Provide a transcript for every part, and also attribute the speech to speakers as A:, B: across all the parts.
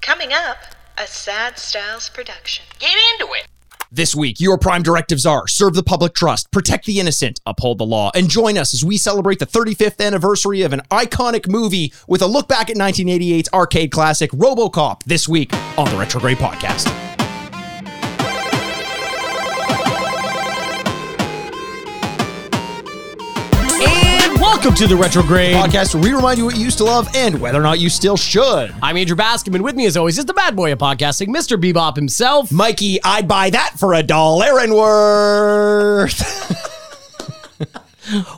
A: Coming up, a Sad Styles production.
B: Get into it.
C: This week, your prime directives are serve the public trust, protect the innocent, uphold the law, and join us as we celebrate the 35th anniversary of an iconic movie with a look back at 1988's arcade classic Robocop this week on the Retrograde Podcast.
D: And welcome to the Retrograde.
C: Podcast where we remind you what you used to love and whether or not you still should.
D: I'm Andrew Bascom, and with me, as always, is the bad boy of podcasting, Mr. Bebop himself.
C: Mikey, I'd buy that for a dollar worth.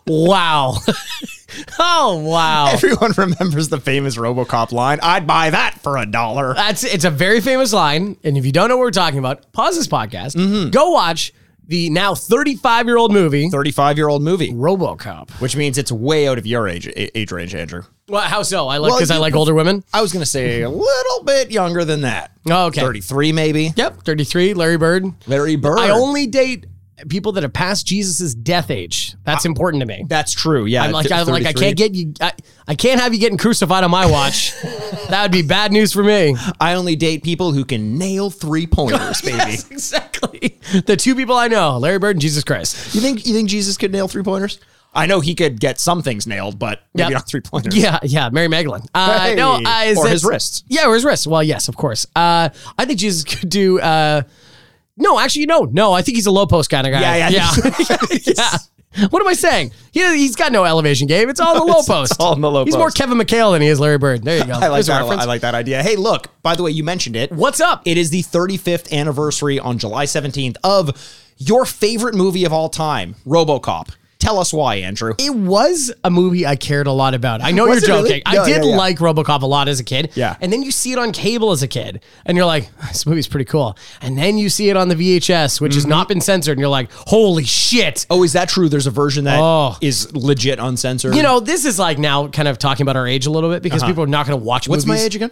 D: Wow. oh, wow.
C: Everyone remembers the famous Robocop line I'd buy that for a dollar.
D: That's it's a very famous line, and if you don't know what we're talking about, pause this podcast. Go watch the now 35 year old movie
C: 35 year old movie,
D: RoboCop.
C: which means it's way out of your age, a- age range, Andrew.
D: Well, how so? I like
C: Well,
D: because I
C: you-
D: like older women.
C: I was going to say a little bit younger than that.
D: Oh, okay.
C: 33, maybe.
D: Yep, 33, Larry Bird.
C: Larry Bird.
D: I only date people that have passed Jesus' death age. That's important to me.
C: That's true. Yeah.
D: I'm like,
C: th-
D: I'm like, I
C: 33.
D: can't get you. I, I can't have you getting crucified on my watch. that would be bad news for me.
C: I only date people who can nail three pointers, baby.
D: exactly. The two people I know, Larry Bird and Jesus Christ.
C: You think you think Jesus could nail three pointers? I know he could get some things nailed, but maybe
D: Yep.
C: not three pointers.
D: Yeah, yeah, Mary Magdalene. Uh,
C: Hey.
D: No, uh, is
C: Or
D: it-
C: his wrists.
D: Yeah, or his wrists. Well, yes, of course. Uh, I think Jesus could do. Uh, no, actually, no, no. I think he's a low post kind of guy.
C: Yeah, yeah.
D: yeah. Yeah. What am I saying? He, he's got no elevation game. It's all in the low post.
C: all in the low
D: He's more
C: post.
D: Kevin McHale than he is Larry Bird. There you go.
C: I like
D: There's a
C: that. a lot.
D: reference.
C: I like that idea. Hey, look. By the way, you mentioned it.
D: What's up?
C: It is the 35th anniversary on July 17th of your favorite movie of all time, RoboCop. Tell us why, Andrew.
D: it was a movie I cared a lot about. I know
C: Was
D: you're
C: it really?
D: joking.
C: No,
D: I did
C: yeah, yeah.
D: like RoboCop a lot as a kid.
C: Yeah.
D: And then you see it on cable as a kid, and you're like, this movie's pretty cool. And then you see it on the VHS, which has
C: Mm-hmm.
D: not been censored, and you're like, holy shit.
C: Oh, is that true? There's a version that is
D: Oh.
C: legit uncensored.
D: You know, this is like now kind of talking about our age a little bit because people are not going to watch
C: Uh-huh. what's my
D: movies.
C: age again?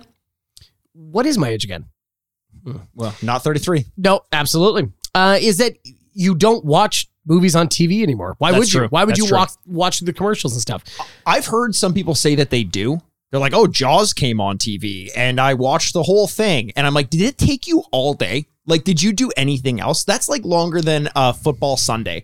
D: What is my age again?
C: Well, not 33.
D: No, absolutely. Uh, is that you don't watch movies on TV anymore? Why
C: That's
D: would you?
C: true.
D: Why would
C: That's
D: you
C: true.
D: watch watch the commercials and stuff?
C: I've heard some people say that they do. They're like, oh, Jaws came on TV and I watched the whole thing. And I'm like, did it take you all day? Like, did you do anything else? That's like longer than uh, football Sunday.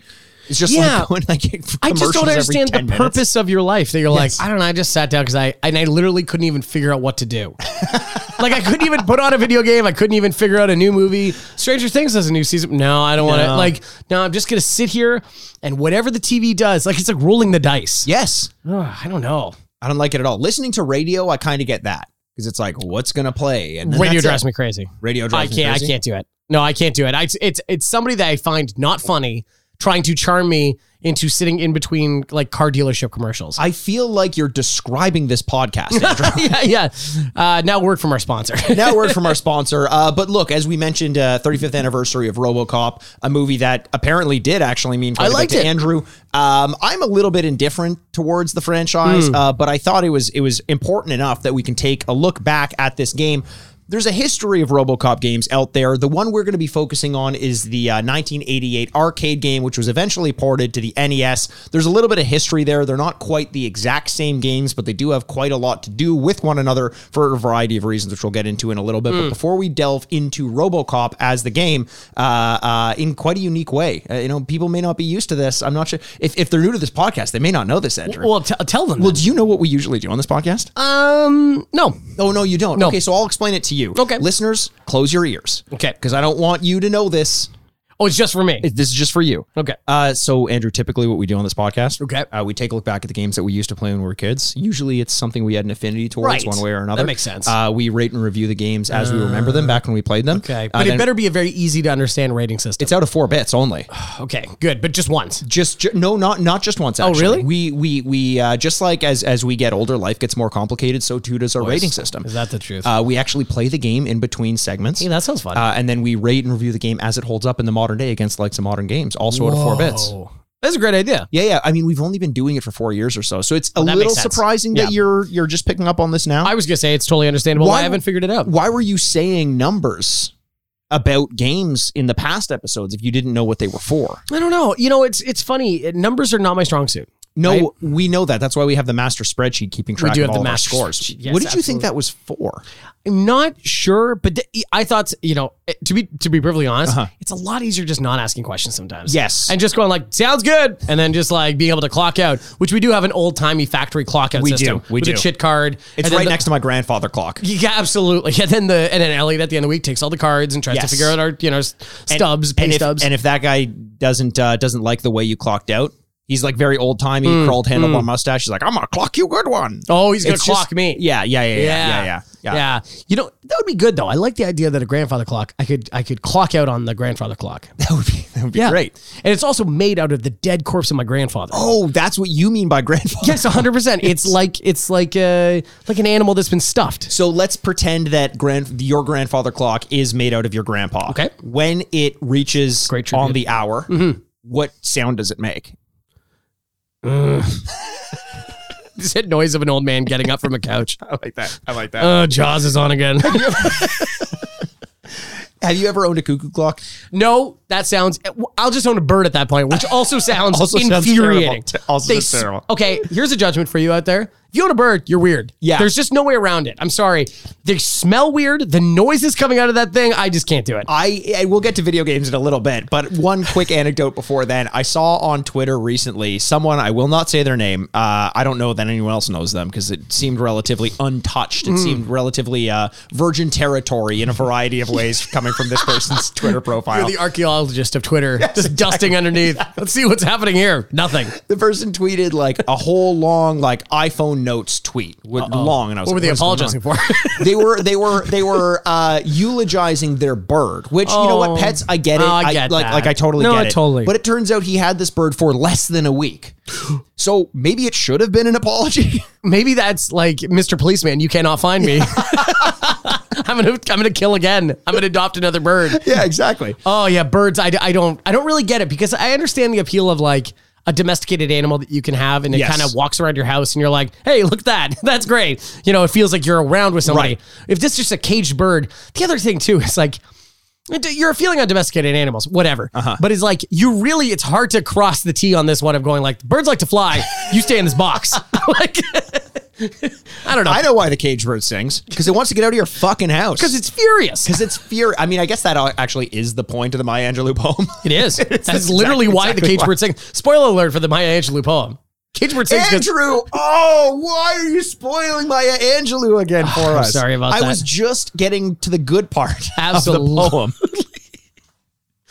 C: It's just
D: Yeah.
C: like going like commercials
D: I just don't
C: every
D: understand the
C: 10 minutes.
D: purpose of your life that you're
C: Yes.
D: like, I don't know, I just sat down because I and I literally couldn't even figure out what to do. like I couldn't even put on a video game. I couldn't even figure out a new movie. Stranger Things has a new season. No, I don't want to
C: No.
D: like no, I'm just gonna sit here and whatever the TV does, like it's like rolling the dice.
C: Yes.
D: Ugh, I don't know.
C: I don't like it at all. Listening to radio, I kind of get that because it's like, what's going to play? And then
D: Radio
C: that's it.
D: drives me crazy.
C: Radio
D: I
C: drives me
D: can't I
C: crazy.
D: can't do it. No, I can't do it. I, it's it's somebody that I find not funny trying to charm me into sitting in between like car dealership commercials.
C: I feel like you're describing this podcast, Andrew.
D: yeah, yeah. Uh, now word from our sponsor.
C: now a word from our sponsor. Uh, but look, as we mentioned, uh, 35th anniversary of RoboCop, a movie that apparently did actually mean quite
D: I
C: a bit
D: liked
C: to
D: it.
C: Andrew. Um, I'm a little bit indifferent towards the franchise,
D: Hmm.
C: uh, but I thought it was it was important enough that we can take a look back at this game. There's a history of RoboCop games out there. The one we're going to be focusing on is the uh, 1988 arcade game, which was eventually ported to the NES. There's a little bit of history there. They're not quite the exact same games, but they do have quite a lot to do with one another for a variety of reasons, which we'll get into in a little bit.
D: Hmm.
C: But before we delve into RoboCop as the game, uh, uh, in quite a unique way, uh, you know, people may not be used to this. I'm not sure if, if they're new to this podcast, they may not know this, Andrew.
D: Well, t- tell them.
C: Well, do you know what we usually do on this podcast?
D: um, no.
C: Oh no, you don't.
D: No.
C: Okay, so I'll explain it to you.
D: Okay.
C: listeners, close your ears.
D: Okay.
C: because I don't want you to know this.
D: Oh, it's just for me.
C: This is just for you.
D: Okay.
C: Uh, so Andrew, typically what we do on this podcast,
D: Okay.
C: uh, we take a look back at the games that we used to play when we were kids. Usually, it's something we had an affinity towards,
D: Right.
C: one way or another.
D: That makes sense. Uh,
C: Uh, we rate and review the games as we remember them back when we played them.
D: Okay,
C: Uh,
D: but it
C: then-
D: better be a very easy to understand rating system.
C: It's out of four bits only.
D: okay, good, but just once.
C: just ju- no not not just once actually.
D: Oh, really?
C: we we we uh, just like as as we get older life gets more complicated so too does our rating system
D: Is that the truth?
C: uh, we actually play the game in between segments
D: hey, that sounds fun.
C: uh, and then we rate and review the game as it holds up in the modern day against like some modern games also out of four bits
D: Oh, that's a great idea.
C: yeah yeah i mean we've only been doing it for four years or so so it's a
D: that
C: little
D: makes sense.
C: surprising that
D: Yeah.
C: you're you're just picking up on this now
D: I was gonna say it's totally understandable.
C: Why-
D: I haven't figured it out.
C: why were you saying numbers about games in the past episodes if you didn't know what they were for
D: I don't know. You know, it's it's funny. Numbers are not my strong suit.
C: No,
D: right?
C: we know that. That's why we have the master spreadsheet keeping track
D: do
C: of
D: have the
C: all of our
D: master
C: scores.
D: spreadsheet. Yes,
C: what did you
D: absolutely.
C: think that was for?
D: I'm not sure, but th- I thought you know eh, to be to be perfectly honest,
C: Uh-huh.
D: it's a lot easier just not asking questions sometimes.
C: Yes.
D: and just going like sounds good, and then just like being able to clock out, which we do have an old timey factory clock out
C: We do,
D: system.
C: we
D: with
C: do.
D: a chit card.
C: It's right next to my grandfather clock.
D: Yeah, absolutely. And then the and then Elliot at the end of the week takes all the cards and tries to
C: Yes.
D: figure out our you know s- stubs, pay
C: and if,
D: stubs.
C: And if that guy doesn't uh, doesn't like the way you clocked out, he's like very old timey, curled handlebar mustache. He's like, I'm gonna clock you a good one.
D: Mm, oh, he's gonna
C: It's
D: clock
C: just-
D: me.
C: Yeah, yeah, yeah, yeah, yeah, yeah, yeah.
D: yeah. You know that would be good though. I like the idea that a grandfather clock. I could I could clock out on the grandfather clock.
C: That would be that would be
D: Yeah.
C: great.
D: And it's also made out of the dead corpse of my grandfather.
C: Oh, that's what you mean by grandfather.
D: Yes, 100%. It's like it's like uh like an animal that's been stuffed.
C: So let's pretend that grand your grandfather clock is made out of your grandpa.
D: Okay.
C: When it reaches
D: Great tribute.
C: on the hour, what sound does it make?
D: It's that noise of an old man getting up from a couch.
C: I like that. I like that.
D: Uh, Jaws is on again.
C: Have you ever owned a cuckoo clock?
D: no, that sounds. I'll just own a bird at that point, which also sounds
C: Also sounds
D: infuriating.
C: terrible. Also
D: They
C: sounds
D: s-
C: terrible.
D: Okay, here's a judgment for you out there. If you own a bird, you're weird.
C: Yeah.
D: there's just no way around it. I'm sorry. They smell weird. The noises coming out of that thing, I just can't do it.
C: I, I we'll get to video games in a little bit, but one quick anecdote before then. I saw on Twitter recently someone I will not say their name. Uh, I don't know that anyone else knows them because it seemed relatively untouched. It
D: Hmm.
C: seemed relatively uh, virgin territory in a variety of ways coming from this person's Twitter profile.
D: You're the archaeologist of Twitter, just dusting underneath. Let's see what's happening here. Nothing.
C: the person tweeted like a whole long like iPhone notes tweet, with long, and I was
D: What were
C: like,
D: they
C: "What is going on?"
D: apologizing for?
C: they were they were they were uh, eulogizing their bird, which you know
D: Oh.
C: what pets I get it.
D: Oh, I get
C: like
D: that.
C: like I totally
D: No,
C: get it.
D: totally.
C: But it turns out he had this bird for less than a week. So maybe it should have been an apology.
D: Maybe that's like Mr. Policeman. You cannot find me. I'm gonna I'm gonna kill again. I'm gonna adopt another bird.
C: yeah, exactly.
D: Oh yeah, birds. I, I don't I don't really get it because I understand the appeal of like a domesticated animal that you can have and it
C: Yes.
D: kind of walks around your house and you're like, hey, look at that. That's great. You know, it feels like you're around with somebody.
C: Right.
D: If this is just a caged bird, the other thing too is like. You're feeling on domesticated animals, whatever.
C: Uh-huh.
D: But it's like you really, it's hard to cross the T on this one of going like birds like to fly. You stay in this box. like, I don't know
C: I know why the cage bird sings because it wants to get out of your fucking house.
D: because it's furious.
C: because it's fear. I mean, I guess that actually is the point of the Maya Angelou poem.
D: It is. That's literally why
C: exactly
D: the cage
C: why.
D: bird sings. Spoiler alert for the Maya Angelou poem. Cage bird sings 'cause-
C: Andrew, oh, why are you spoiling Maya Angelou again for
D: I'm
C: us?
D: sorry about
C: I
D: that.
C: was just getting to the good part
D: Absolutely.
C: of the poem.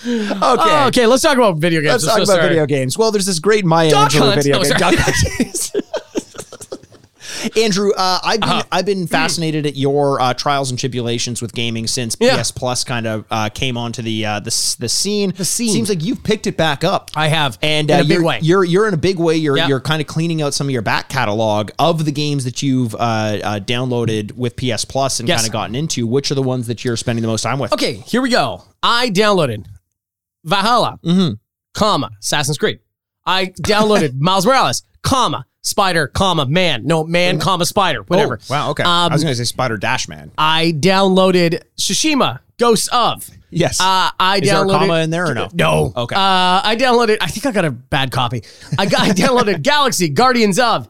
C: okay.
D: Oh, okay, let's talk about video games.
C: Let's
D: I'm
C: talk
D: so
C: about
D: sorry.
C: video games. Well, there's this great Maya
D: Duck
C: Angelou
D: Hunt.
C: video
D: Oh,
C: game.
D: sorry.
C: Duck Hunt. Andrew, uh, I've been
D: Ah.
C: I've
D: Mm.
C: been fascinated at your uh, trials and tribulations with gaming since
D: Yeah.
C: PS Plus kind of uh, came onto the uh, the s- the scene. The
D: scene.
C: seems like you've picked it back up.
D: I have.
C: and
D: in
C: uh,
D: a big
C: you're,
D: way.
C: you're you're in a big way. You're
D: Yeah.
C: you're kind of cleaning out some of your back catalog of the games that you've uh, uh, downloaded with PS Plus and
D: Yes.
C: kind of gotten into. Which are the ones that you're spending the most time with?
D: okay, here we go. I downloaded Valhalla,
C: Mhm.
D: comma, Assassin's Creed. I downloaded Miles Morales, comma, Spider, comma, man. No, man, comma, Spider, whatever.
C: Oh, wow. Okay.
D: Um,
C: I was going to say Spider Dash Man.
D: I downloaded Shishima, Ghosts of.
C: Yes.
D: Uh, I
C: Is
D: downloaded.
C: there a comma in there or no?
D: No.
C: Okay.
D: Uh, I downloaded. I think I got a bad copy. I got. I downloaded Galaxy Guardians of,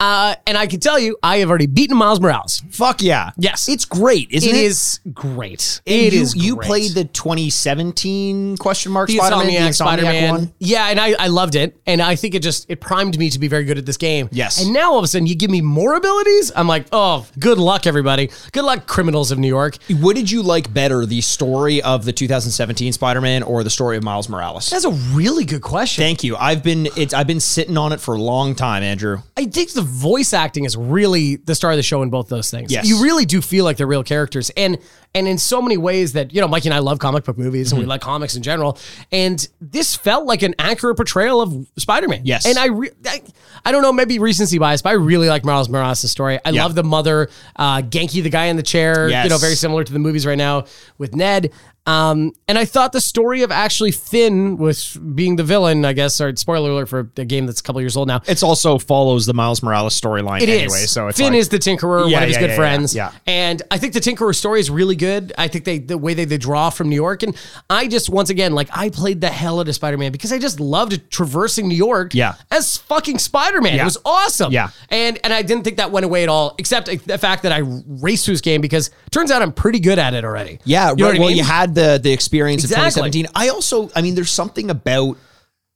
D: uh, and I can tell you, I have already beaten Miles Morales.
C: Fuck yeah.
D: Yes.
C: It's great, isn't it?
D: it is great.
C: And
D: It
C: you,
D: is.
C: You
D: great.
C: played the 2017 question mark
D: the
C: Spider-Man, the
D: Insomniac,
C: Insomniac
D: Spider-Man.
C: one.
D: Yeah, and I, I loved it, and I think it just it primed me to be very good at this game.
C: Yes.
D: And now all of a sudden, you give me more abilities. I'm like, oh, good luck, everybody. Good luck, criminals of New York.
C: What did you like better, the story of the 2017 Spider-Man or the story of Miles Morales?
D: That's a really good question.
C: Thank you. I've been it's I've been sitting on it for a long time, Andrew.
D: I think the voice acting is really the star of the show in both those things.
C: Yes.
D: You really do feel like they're real characters. And and in so many ways that, you know, Mikey and I love comic book movies
C: Mhm.
D: and we like comics in general. And this felt like an accurate portrayal of Spider-Man.
C: Yes.
D: And I, re- I I don't know, maybe recency bias, but I really like Miles Morales' story. I
C: Yeah.
D: love the mother, uh, Genki, the guy in the chair,
C: Yes.
D: you know, very similar to the movies right now with Ned. Um, and I thought the story of actually Finn was being the villain, I guess, or spoiler alert for a game that's a couple years old now.
C: It's also follows the Miles Morales storyline
D: It is.
C: anyway. So it's
D: Finn
C: like,
D: is the Tinkerer,
C: Yeah,
D: one of his
C: yeah,
D: good
C: yeah,
D: friends.
C: yeah, yeah.
D: And I think the Tinkerer story is really good. I think they the way they, they draw from New York. And I just once again, like I played the hell out of Spider-Man because I just loved traversing New York
C: Yeah.
D: as fucking Spider-Man. It
C: Yeah.
D: was awesome.
C: Yeah.
D: And and I didn't think that went away at all, except the fact that I raced through this game because turns out I'm pretty good at it already.
C: Yeah,
D: You know
C: right.
D: what I
C: well,
D: mean?
C: you had the the experience
D: Exactly.
C: of 2017. I also, I mean, there's something about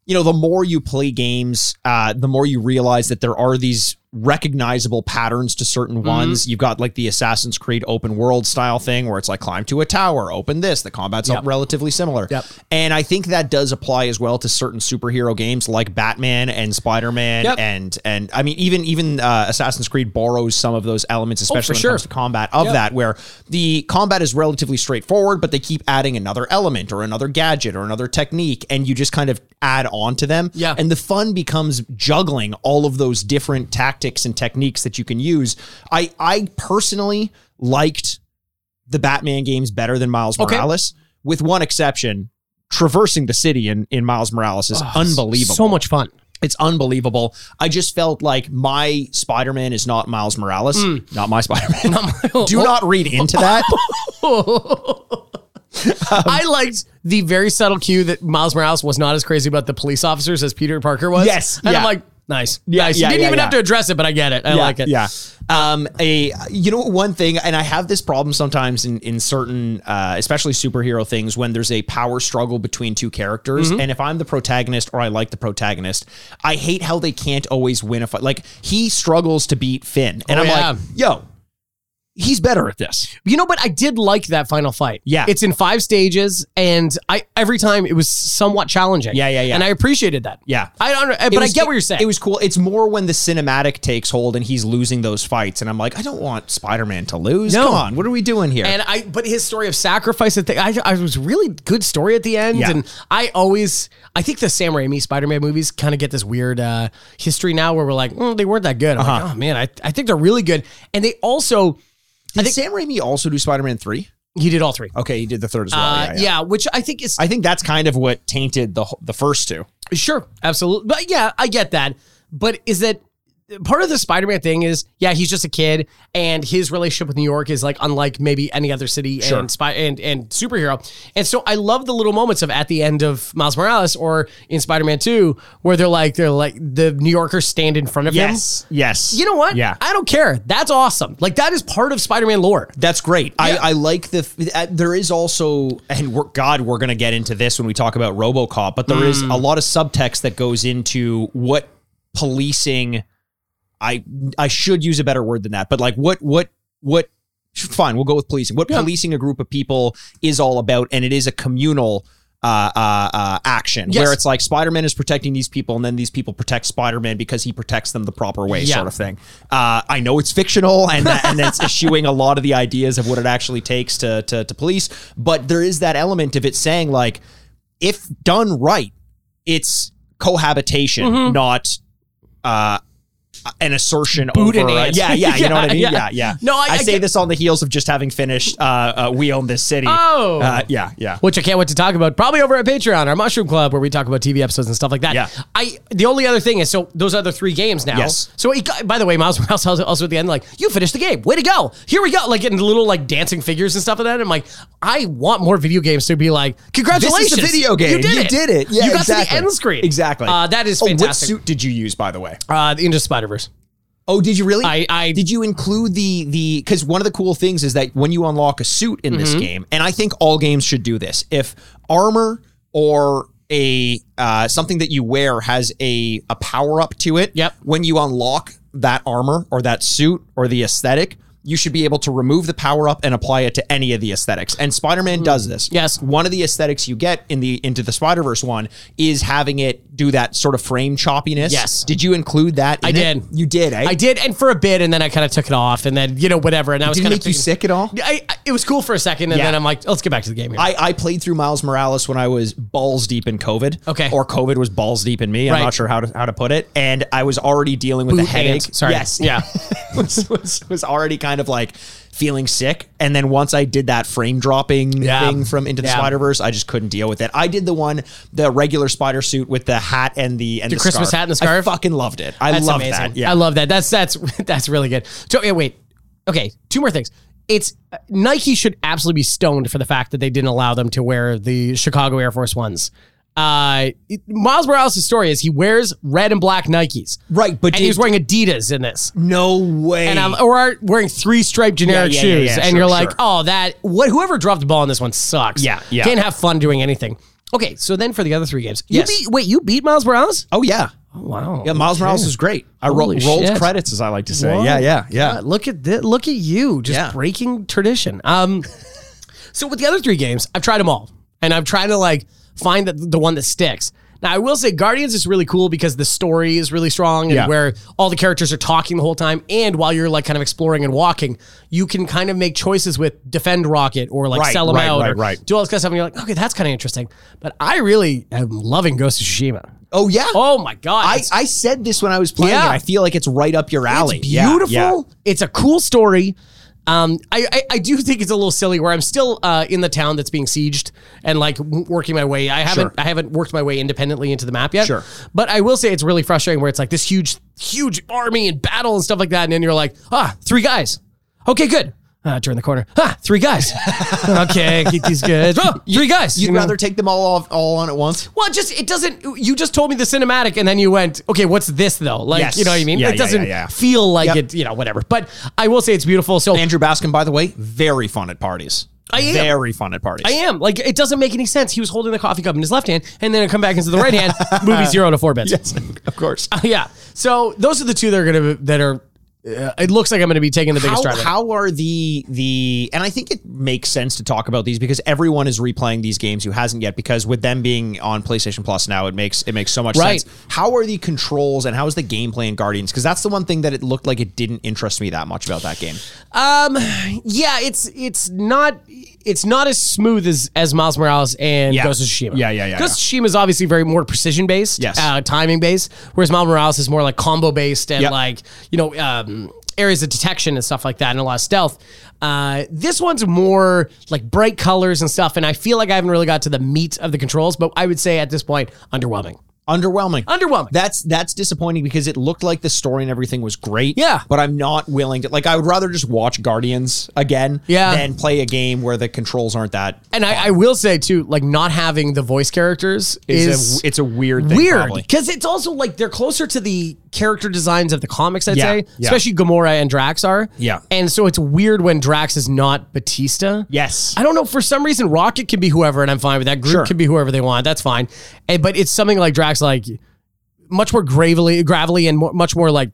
C: you know the more you play games, uh, the more you realize that there are these recognizable patterns to certain
D: Mm-hmm.
C: ones. You've got like the Assassin's Creed open world style thing where it's like climb to a tower, open this. The combat's
D: Yep.
C: relatively similar.
D: Yep.
C: And I think that does apply as well to certain superhero games like Batman and Spider Man
D: Yep.
C: and and I mean even even uh, Assassin's Creed borrows some of those elements, especially when
D: Oh, sure.
C: it comes to combat of
D: Yep.
C: that, where the combat is relatively straightforward, but they keep adding another element or another gadget or another technique, and you just kind of add on to them.
D: Yeah.
C: And the fun becomes juggling all of those different tactics and techniques that you can use. I I personally liked the Batman games better than Miles
D: Okay.
C: Morales, with one exception. Traversing the city in, in Miles Morales is unbelievable.
D: So much fun.
C: It's unbelievable. I just felt like my Spider Man is not Miles Morales, not my Spider Man. Do Hmm. not read into that.
D: I liked the very subtle cue that Miles Morales was not as crazy about the police officers as Peter Parker was.
C: Yes,
D: And I'm
C: yeah.
D: like, nice.
C: Yeah,
D: nice.
C: yeah,
D: you didn't
C: yeah,
D: even
C: yeah.
D: have to address it, but I get it. I
C: yeah,
D: like it.
C: Yeah. Um, a you know one thing, and I have this problem sometimes in in certain, uh, especially superhero things, when there's a power struggle between two characters, and if I'm the protagonist or I like the protagonist, I hate how they can't always win a fight. Like he struggles to beat Finn, and
D: Oh,
C: I'm
D: yeah.
C: like, yo, he's better at this.
D: You know, but I did like that final fight.
C: Yeah.
D: It's in five stages, and I every time it was somewhat challenging.
C: Yeah, yeah, yeah.
D: And I appreciated that.
C: Yeah.
D: I don't but
C: It
D: I
C: was-
D: get what you're saying.
C: It was cool. It's more when the cinematic takes hold and he's losing those fights, and I'm like, I don't want Spider-Man to lose.
D: No.
C: Come on, what are we doing here?
D: And I, but his story of sacrifice, I think, I, I was really good story at the end.
C: Yeah.
D: And I always, I think the Sam Raimi Spider-Man movies kind of get this weird uh, history now where we're like, mm, they weren't that good. I'm
C: Uh-huh.
D: like, oh man, I, I think they're really good. And they also,
C: Did Sam Raimi also do Spider-Man three?
D: he did all three.
C: Okay, he did the third as well.
D: Uh,
C: yeah,
D: yeah,
C: yeah.
D: which I think is
C: I think that's kind of what tainted the wh- the first two.
D: sure, absolutely. But yeah, I get that. But is that part of the Spider-Man thing? Is yeah, he's just a kid, and his relationship with New York is like unlike maybe any other city
C: Sure.
D: and spy and and superhero. And so I love the little moments of at the end of Miles Morales or in Spider-Man Two, where they're like they're like the New Yorkers stand in front of him.
C: yes.
D: You know what?
C: Yeah.
D: I don't care. That's awesome. Like that is part of Spider-Man lore.
C: That's great.
D: Yeah.
C: I, I like the. f- uh, There is also, and we're, God, we're going to get into this when we talk about RoboCop, but there
D: Mm.
C: is a lot of subtext that goes into what policing. I I should use a better word than that, but like what what what. Fine, we'll go with policing. What
D: Yeah.
C: policing a group of people is all about, and it is a communal. Uh, uh, uh, action
D: Yes.
C: where it's like Spider-Man is protecting these people, and then these people protect Spider-Man because he protects them the proper way,
D: Yeah.
C: sort of thing. Uh, I know it's fictional and that, and that's eschewing a lot of the ideas of what it actually takes to, to to police, but there is that element of it saying like, if done right, it's cohabitation,
D: Mm-hmm.
C: not uh, an assertion
D: Boot
C: over.
D: and
C: a-
D: ant.
C: yeah, yeah, you know what I mean.
D: Yeah,
C: Yeah,
D: yeah.
C: yeah.
D: No, I- I
C: say
D: get-
C: this on the heels of just having finished. Uh, uh, we own this city.
D: Oh.
C: uh, yeah, yeah.
D: which I can't wait to talk about. Probably over at Patreon, our Mushroom Club, where we talk about TV episodes and stuff like that.
C: Yeah.
D: I the only other thing is so those other three games now.
C: Yes.
D: So he got, by the way, Miles Morales also- also at the end like you finished the game, way to go! Here we go, like getting little like dancing figures and stuff like that. I'm like, I want more video games to be like, congratulations,
C: This is a video game.
D: You did it.
C: Yeah,
D: you got to the
C: exactly.
D: end screen.
C: Exactly.
D: Uh, that is
C: Oh, what
D: fantastic.
C: suit did you use, by the way?
D: uh, the Into Spider Verse.
C: Oh, did you really?
D: I- I-
C: did you include the the because one of the cool things is that when you unlock a suit in
D: Mm-hmm.
C: this game, and I think all games should do this. If armor or a uh, something that you wear has a a power up to it,
D: Yep.
C: when you unlock that armor or that suit or the aesthetic. You should be able to remove the power up and apply it to any of the aesthetics. And Spider Man does this.
D: Hmm. Yes.
C: One of the aesthetics you get in the Into the Spider Verse one is having it do that sort of frame choppiness.
D: Yes.
C: Did you include that? I
D: did.
C: You did, eh?
D: I did, and for a bit, and then I kind of took it off, and then you know whatever, and I was
C: Did it
D: kind
C: make you sick at all?
D: I, I, it was cool for a second, and
C: Yeah.
D: then I'm like, let's get back to the game here.
C: I, I played through Miles Morales when I was balls deep in COVID.
D: Okay.
C: Or COVID was balls deep in me.
D: Right.
C: I'm not sure how to how to put it. And I was already dealing with a
D: Boot and-
C: headache.
D: sorry.
C: Yes.
D: Yeah.
C: was, was was already kind kind of like feeling sick. And then once I did that frame dropping
D: Yeah.
C: thing from Into the
D: Yeah.
C: Spider Verse, I just couldn't deal with it. I did the one, the regular spider suit with the hat and the and the,
D: Christmas
C: scarf.
D: hat and the
C: I
D: scarf?
C: fucking loved it. I
D: That's
C: love
D: amazing.
C: that. Yeah,
D: I love that. That's that's that's really good. So yeah, wait. Okay, two more things. It's uh, Nike should absolutely be stoned for the fact that they didn't allow them to wear the Chicago Air Force Ones. Uh, it- Miles Morales' story is he wears red and black Nikes,
C: right. But
D: and he was wearing Adidas in this,
C: no way.
D: and I'm or are wearing three striped generic
C: Yeah, yeah, yeah,
D: shoes,
C: yeah,
D: and
C: sure,
D: you're like,
C: sure.
D: oh, that what whoever dropped the ball on this one sucks.
C: Yeah, yeah.
D: Can't have fun doing anything. Okay, so then for the other three games, you
C: Yes.
D: beat, wait, you beat Miles Morales?
C: oh yeah,
D: Wow.
C: yeah. Miles Morales was great. I ro-
D: Holy
C: rolled
D: shit.
C: credits, as I like to say.
D: Whoa.
C: Yeah, yeah, yeah.
D: God, look at this. Look at you, just
C: Yeah.
D: breaking tradition. Um, so with the other three games, I've tried them all, and I've tried to like find the, the one that sticks. Now I will say Guardians is really cool because the story is really strong and
C: Yeah.
D: where all the characters are talking the whole time and while you're like kind of exploring and walking, you can kind of make choices with defend Rocket or like
C: Right,
D: sell them
C: right,
D: out
C: right,
D: or
C: right.
D: do all this kind of stuff and you're like, okay, that's kind of interesting. But I really am loving Ghost of Tsushima.
C: Oh yeah.
D: Oh my god.
C: I,
D: it's-
C: I said this when I was playing
D: Yeah.
C: it. I feel like it's right up your alley.
D: It's
C: Yeah,
D: beautiful.
C: yeah.
D: It's a cool story. Um, I, I I do think it's a little silly where I'm still uh, in the town that's being sieged and like w- working my way. I haven't
C: Sure.
D: I haven't worked my way independently into the map yet.
C: Sure.
D: but I will say it's really frustrating where it's like this huge huge army and battle and stuff like that, and then you're like ah three guys, okay good. Uh, turn the corner. Ah, three guys. okay, get these guys. Oh, three guys.
C: You'd
D: You know?
C: rather take them all off all on at once?
D: Well, it just it doesn't. You just told me the cinematic, and then you went, okay, what's this though? Like,
C: Yes.
D: you know what I mean?
C: Yeah,
D: it
C: yeah,
D: doesn't
C: yeah, yeah.
D: feel like
C: Yep.
D: it. You know, whatever. But I will say it's beautiful. So
C: Andrew Baskin, by the way, very fun at parties.
D: I am.
C: Very fun at parties.
D: I am like it doesn't make any sense. He was holding the coffee cup in his left hand, and then it come back into the right hand. Movie zero to four bits.
C: Yes, of course.
D: Yeah. So those are the two that are gonna that are. Uh, it looks like I'm gonna be taking the biggest
C: How,
D: drive.
C: how are the the and I think it makes sense to talk about these because everyone is replaying these games who hasn't yet because with them being on PlayStation Plus now it makes it makes so much
D: Right.
C: sense. How are the controls and how is the gameplay in Guardians? Because that's the one thing that it looked like it didn't interest me that much about that game.
D: Um, yeah, it's it's not it's not as smooth as as Miles Morales and
C: Yeah.
D: Ghost of Tsushima.
C: Yeah, yeah, yeah,
D: Ghost of Tsushima is obviously very more precision based,
C: Yes.
D: uh, timing based, whereas Miles Morales is more like combo based and
C: Yep.
D: like you know um, areas of detection and stuff like that, and a lot of stealth. Uh, this one's more like bright colors and stuff, and I feel like I haven't really got to the meat of the controls, but I would say at this point, underwhelming.
C: Underwhelming.
D: Underwhelming.
C: That's that's disappointing because it looked like the story and everything was great.
D: Yeah.
C: But I'm not willing to like I would rather just watch Guardians again
D: Yeah.
C: than play a game where the controls aren't that
D: And I, I will say too, like not having the voice characters
C: is,
D: is,
C: a, it's a weird thing.
D: weird
C: probably.
D: because it's also like they're closer to the character designs of the comics. I'd
C: Yeah,
D: say,
C: yeah.
D: especially Gamora and Drax are.
C: Yeah.
D: and so it's weird when Drax is not Batista.
C: Yes.
D: I don't know. For some reason, Rocket can be whoever, and I'm fine with that. Groot
C: Sure.
D: can be whoever they want. That's fine. And, but it's something like Drax, like much more gravely, gravelly, and more, much more like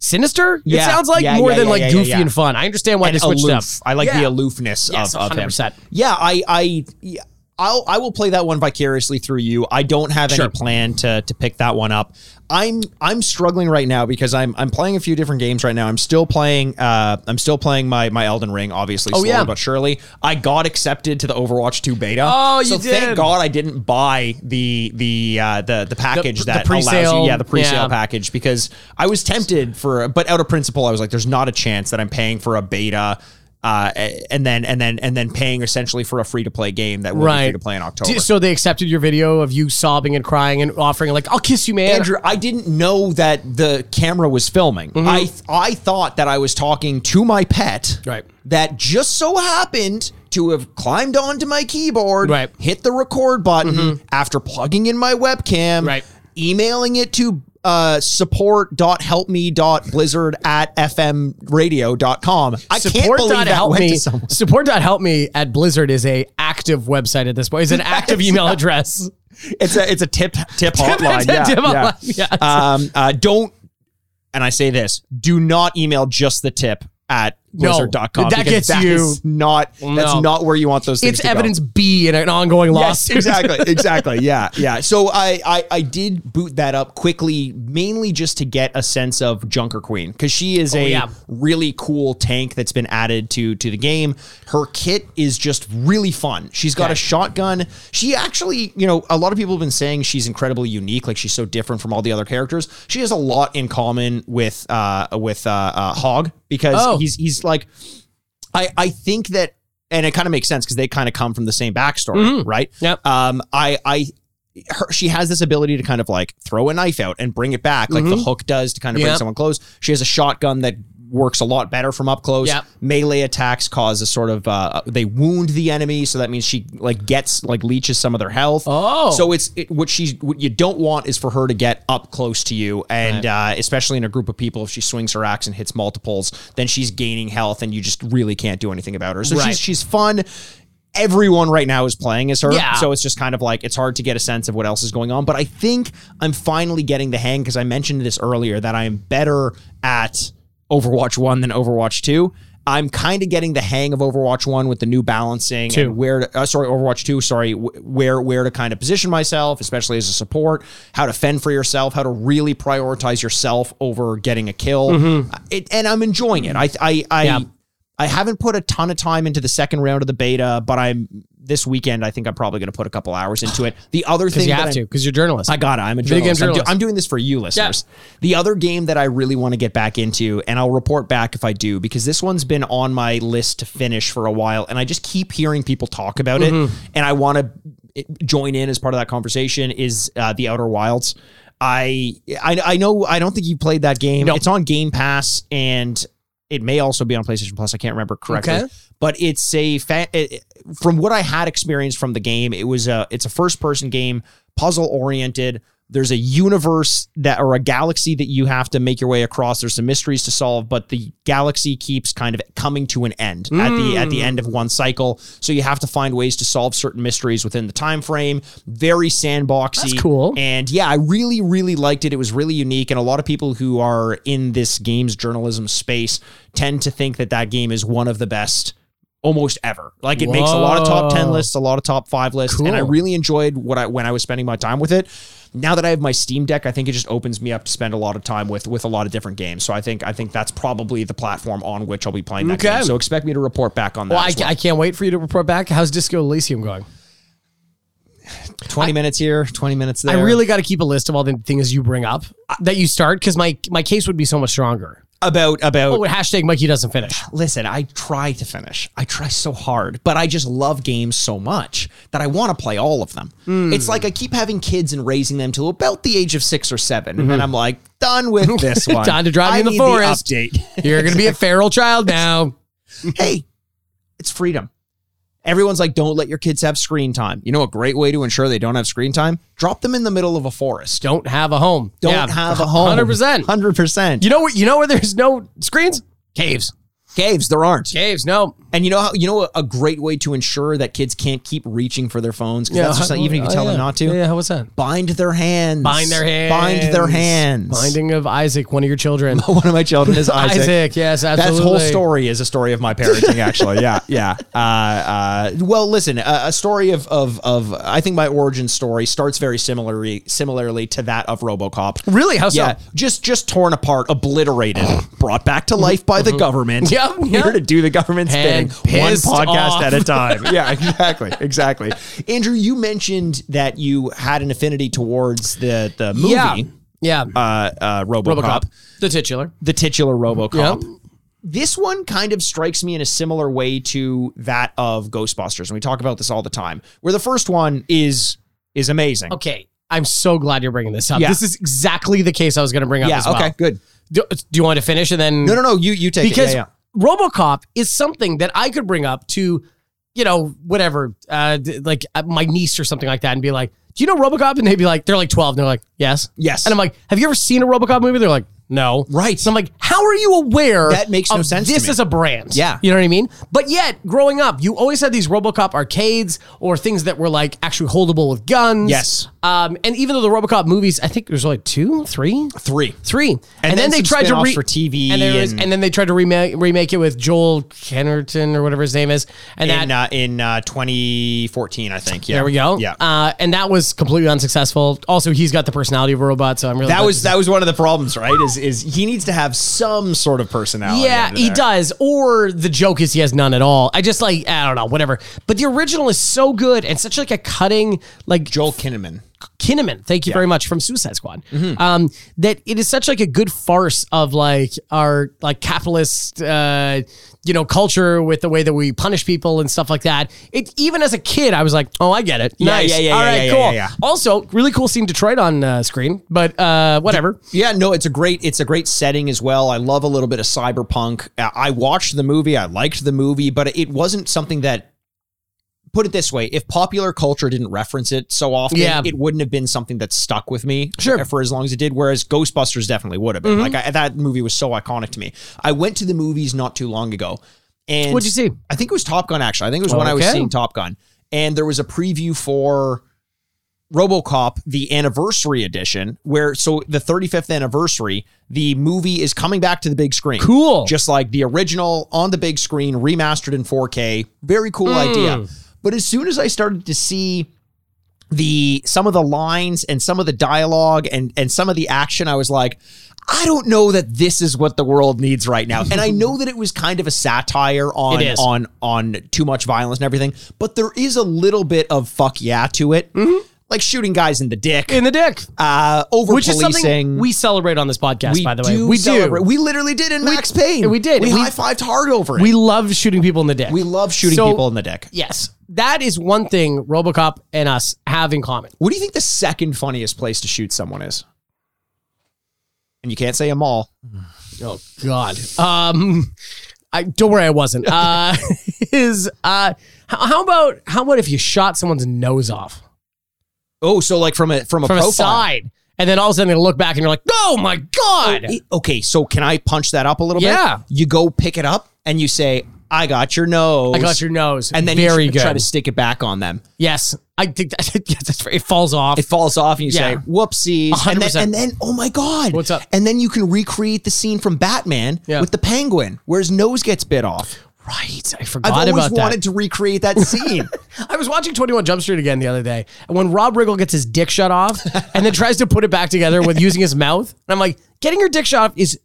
D: sinister. It
C: Yeah.
D: sounds like
C: Yeah,
D: more
C: yeah,
D: than
C: yeah,
D: like
C: yeah,
D: goofy
C: yeah.
D: and fun. I understand why they
C: and
D: switched up.
C: aloof. I like the
D: Yeah.
C: aloof-ness
D: Yes,
C: of, of him.
D: 100%.
C: Yeah, I I yeah, I'll I will play that one vicariously through you. I don't have
D: Sure.
C: any plan to to pick that one up. I'm I'm struggling right now because I'm I'm playing a few different games right now. I'm still playing uh I'm still playing my my Elden Ring obviously slowly
D: Oh, yeah.
C: but surely. I got accepted to the Overwatch 2 beta.
D: Oh,
C: so
D: you did.
C: Thank God I didn't buy the the uh the the package
D: the
C: that allows
D: pre-sale.
C: you yeah, the pre-sale
D: Yeah.
C: package package because I was tempted for, but out of principle, I was like, there's not a chance that I'm paying for a beta. Uh, and then and then and then paying essentially for a free to play game that will be free
D: Right.
C: to play in October.
D: Do- So they accepted your video of you sobbing and crying and offering like, "I'll kiss you, man."
C: Andrew, I didn't know that the camera was filming.
D: Mm-hmm.
C: I I thought that I was talking to my pet,
D: Right.
C: That just so happened to have climbed onto my keyboard,
D: Right. Mm-hmm.
C: Hit the record button after plugging in my webcam,
D: Right.
C: Emailing it to uh support.helpme.blizzard at fmradio.com. I can't
D: Support
C: believe
D: dot
C: that
D: help
C: went
D: me.
C: to someone.
D: Support dot help me at Blizzard is a active website at this point. It's an active email address.
C: It's a it's a tip tip hotline.
D: It's a
C: yeah,
D: tip
C: yeah.
D: hotline, yes.
C: Um, uh, don't. And I say this: do not email just the tip at
D: No,
C: blizzard.com.
D: that
C: because
D: gets you-
C: is not. That's
D: No.
C: not where you want those things.
D: It's
C: to go.
D: evidence B in an ongoing
C: Yes,
D: lawsuit.
C: exactly, exactly. Yeah, yeah. So I, I, I did boot that up quickly, mainly just to get a sense of Junker Queen because she is a
D: Oh, yeah.
C: really cool tank that's been added to to the game. Her kit is just really fun. She's got
D: Okay.
C: a shotgun. She actually, you know, a lot of people have been saying she's incredibly unique, like she's so different from all the other characters. She has a lot in common with uh with uh, uh Hog because
D: Oh.
C: he's he's is like I I think that and it kind of makes sense because they kind of come from the same backstory, right?
D: Mm-hmm. Yep.
C: Um, I I her, she has this ability to kind of like throw a knife out and bring it back, like the hook does to kind of bring
D: Mm-hmm. Yep.
C: someone close. She has a shotgun that works a lot better from up close.
D: Yep.
C: Melee attacks cause a sort of uh, they wound the enemy, so that means she like gets like leeches some of their health.
D: Oh.
C: so it's it, what she what you don't want is for her to get up close to you, and uh, especially in a group of people, if she swings her axe and hits multiples, then she's gaining health, and you just really can't do anything about her. So
D: Right.
C: she's she's fun. Everyone right now is playing as her,
D: Yeah.
C: so it's just kind of like it's hard to get a sense of what else is going on. But I think I'm finally getting the hang because I mentioned this earlier that I am better at Overwatch One than Overwatch Two. I'm kind of getting the hang of Overwatch One with the new balancing
D: Two.
C: and where to, uh, sorry Overwatch Two sorry wh- where where to kind of position myself, especially as a support, how to fend for yourself, how to really prioritize yourself over getting a kill. It, and I'm enjoying it. I I I,
D: Mm-hmm. Yeah.
C: I haven't put a ton of time into the second round of the beta, but I'm this weekend. I think I'm probably going to put a couple hours into it. The other thing
D: you
C: that
D: have
C: I'm-
D: to because you're a journalist.
C: I got it. I'm a
D: Video game
C: journalist. I'm, do-
D: journalist.
C: I'm doing this for you, listeners. The other game that I really want to get back into, and I'll report back if I do, because this one's been on my list to finish for a while, and I just keep hearing people talk about
D: Mm-hmm.
C: it, and I want to join in as part of that conversation. Is uh, the Outer Wilds? I, I I know I don't think you played that game.
D: No.
C: It's on Game Pass, and it may also be on PlayStation Plus. I can't remember correctly,
D: Okay.
C: but it's a fa- it- from what I had experienced from the game, it was a it's a first person game, puzzle oriented. There's a universe that or a galaxy that you have to make your way across. There's some mysteries to solve, but the galaxy keeps kind of coming to an end at the at
D: Mm.
C: the end of one cycle. So you have to find ways to solve certain mysteries within the time frame. Very sandboxy.
D: That's cool.
C: And yeah, I really, really liked it. It was really unique. And a lot of people who are in this games journalism space tend to think that that game is one of the best almost ever. Like it makes a lot of top 10
D: Whoa.
C: lists, a lot of top five lists. And I
D: Cool.
C: really enjoyed what I, when I was spending my time with it. Now that I have my Steam Deck, I think it just opens me up to spend a lot of time with, with a lot of different games. So I think, I think that's probably the platform on which I'll be playing that
D: Okay.
C: game. So expect me to report back on that.
D: well, I,
C: as well.
D: I can't wait for you to report back. How's Disco Elysium going?
C: 20 minutes here, 20 minutes there.
D: I really got to keep a list of all the things you bring up uh, that you start because my my case would be so much stronger.
C: about, about,
D: Oh, hashtag Mikey doesn't finish.
C: listen, I try to finish. I try so hard, but I just love games so much that I want to play all of them.
D: Hmm.
C: It's like I keep having kids and raising them to about the age of six or 7 and then I'm like, done with this one.
D: Mm-hmm. Time to drive
C: I
D: you in the
C: need
D: forest.
C: update.
D: You're gonna be a feral child now.
C: hey, it's freedom. Everyone's like, don't let your kids have screen time. You know, a great way to ensure they don't have screen time? Drop them in the middle of a forest.
D: Don't have a home.
C: Don't
D: Yeah,
C: have a home.
D: 100%.
C: 100%.
D: You know what? You know where there's no screens? Caves.
C: Caves, there aren't.
D: Caves. No.
C: And you know how you know a great way to ensure that kids can't keep reaching for their phones because that's just not, even if you
D: Oh,
C: tell
D: yeah.
C: them not to.
D: Yeah. How was that?
C: Bind their hands.
D: Bind their hands.
C: Bind their hands.
D: Binding of Isaac, one of your children.
C: One of my children is Isaac.
D: Isaac. Yes.
C: That
D: Absolutely.
C: whole story is a story of my parenting, actually. Yeah, yeah. Uh, uh, well, listen, a, a story of, of of I think my origin story starts very similarly similarly to that of RoboCop.
D: Really? How so?
C: Yeah, just just torn apart, obliterated, brought back to life by the government.
D: Mm-hmm. Yeah, yeah.
C: here to do the government's
D: And
C: bidding, one
D: pissed
C: podcast
D: off.
C: at a time. Yeah, exactly, exactly. Andrew, you mentioned that you had an affinity towards the the movie
D: Yeah. Yeah.
C: uh, uh, RoboCop,
D: RoboCop. The titular.
C: the titular RoboCop.
D: Yeah.
C: This one kind of strikes me in a similar way to that of Ghostbusters, and we talk about this all the time. Where the first one is is amazing.
D: Okay. I'm so glad you're bringing this up.
C: Yeah.
D: This is exactly the case I was going to bring up
C: Yeah.
D: as well.
C: Okay. Good.
D: Do, do you want to finish and then
C: No, no, no. You you take
D: because
C: it. Yeah, yeah.
D: RoboCop is something that I could bring up to, you know, whatever, uh, d- like uh, my niece or something like that, and be like, "Do you know RoboCop?" And they'd be like, "They're like 12." And they're like, "Yes,
C: Yes.
D: And I'm like, "Have you ever seen a RoboCop movie?" They're like, "No."
C: Right.
D: So I'm like, "How are you aware
C: That makes no
D: of
C: sense to
D: This
C: me.
D: is a brand.
C: Yeah.
D: You know what I mean? But yet, growing up, you always had these RoboCop arcades or things that were like actually holdable with guns.
C: Yes.
D: Um, and even though the RoboCop movies, I think there's only two, three,
C: Three.
D: three, and,
C: then
D: then, they
C: some
D: tried to
C: spin-offs
D: re-
C: for TV
D: and, there was-
C: and-
D: and then they tried to remake remake it with Joel Kennerton or whatever his name is, and that
C: in uh, in uh, 2014, I think. Yeah.
D: there we go,
C: Yeah.
D: uh, and that was completely unsuccessful. Also, he's got the personality of a robot, so I'm really
C: that
D: glad
C: was
D: to see-
C: that was one of the problems, right? Is is he needs to have some sort of personality?
D: Yeah,
C: under
D: he
C: there.
D: does. Or the joke is he has none at all. I just like I don't know, whatever. But the original is so good and such like a cutting like
C: Joel Kinnaman.
D: Kinnaman, thank you very much from Suicide Squad.
C: Mm-hmm.
D: Um, that it is such like a good farce of like our like capitalist uh, you know, culture with the way that we punish people and stuff like that. It even as a kid, I was like, oh, I get it.
C: Yeah,
D: nice.
C: yeah, yeah,
D: All
C: yeah,
D: right,
C: yeah,
D: cool.
C: yeah, yeah.
D: Also, really cool seeing Detroit on uh, screen, but uh, whatever.
C: Yeah, no, it's a great it's a great setting as well. I love a little bit of cyberpunk. Uh, I watched the movie, I liked the movie, but it wasn't something that put it this way, if popular culture didn't reference it so often,
D: Yeah.
C: it wouldn't have been something that stuck with me
D: Sure. Mm-hmm.
C: for as long as it did whereas Ghostbusters definitely would have been. Like I, that movie was so iconic to me. I went to the movies not too long ago. And
D: What'd you see?
C: I think it was Top Gun actually. I think it was when I was
D: Okay.
C: seeing Top Gun. And there was a preview for RoboCop the anniversary edition where so the 35th anniversary the movie is coming back to the big screen.
D: Cool.
C: Just like the original on the big screen remastered in 4K. Very cool
D: Hmm.
C: idea. But as soon as I started to see the some of the lines and some of the dialogue and and some of the action i was like i don't know that this is what the world needs right now and i know that it was kind of a satire on
D: It is.
C: on on too much violence and everything but there is a little bit of fuck yeah to it like shooting guys in the dick
D: Mm-hmm. In the dick,
C: uh over
D: which is something
C: policing
D: we celebrate on this podcast, by the way. we
C: celebrate-
D: do.
C: we literally did in max payne
D: we did.
C: we,
D: We-
C: high-fived hard over it
D: We love shooting people in the dick.
C: we love shooting
D: So-
C: people in the dick
D: Yes. That is one thing Robocop and us have in common.
C: what do you think the second funniest place to shoot someone is and you can't say a mall
D: Oh God. Um, I don't worry, I wasn't. Uh, is uh, how, how about how about if you shot someone's nose off
C: Oh, so like from a from a
D: from a
C: profile.
D: side, and then all of a sudden they look back and you're like, oh my God.
C: It- okay, so can I punch that up a little
D: Yeah.
C: bit? You go pick it up and you say, "I got your nose."
D: I got your nose.
C: And then
D: very
C: you tr-
D: good.
C: try to stick it back on them.
D: yes, I think that, yes, that's right. it falls off.
C: It falls off, and you say,
D: Yeah.
C: "Whoopsies!" And then,
D: 100%.
C: and then, oh my god,
D: What's up?
C: And then you can recreate the scene from Batman
D: Yeah.
C: with the Penguin, where his nose gets bit off.
D: right, I
C: I've
D: forgot
C: always
D: about that.
C: wanted to recreate that scene.
D: I was watching 21 Jump Street again the other day, and when Rob Riggle gets his dick shut off and then tries to put it back together with using his mouth, and I'm like, getting your dick shut off is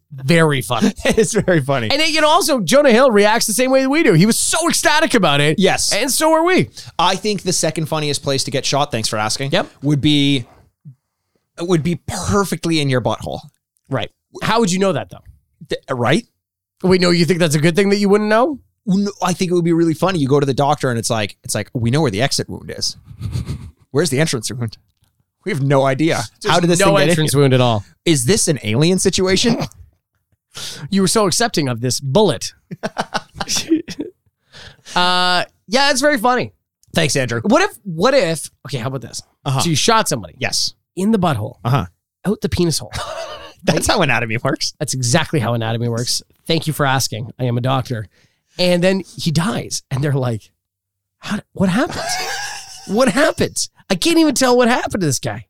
D: very funny.
C: it's very funny.
D: And then, you know, also Jonah Hill reacts the same way that we do. He was so ecstatic about it.
C: Yes.
D: And so are we.
C: I think the second funniest place to get shot, thanks for asking,
D: Yep.
C: would be would be perfectly in your butthole,
D: Right. How would you know that though?
C: Th- right?
D: We know you think that's a good thing that you wouldn't know?
C: No, I think it would be really funny. You go to the doctor and it's like, it's like, we know where the exit wound is. Where's the entrance wound? We have no idea. How did this
D: no
C: thing get
D: entrance
C: in?
D: wound at all.
C: here? Is this an alien situation?
D: You were so accepting of this bullet. uh yeah, it's very funny.
C: Thanks, Andrew.
D: What if what if okay, how about this?
C: Uh-huh.
D: So you shot somebody
C: Yes.
D: in the butthole,
C: Uh huh.
D: out the penis hole.
C: That's how anatomy works.
D: That's exactly how anatomy works. Thank you for asking. I am a doctor. And then he dies, and they're like, how, "What happened? what happened? I can't even tell what happened to this guy."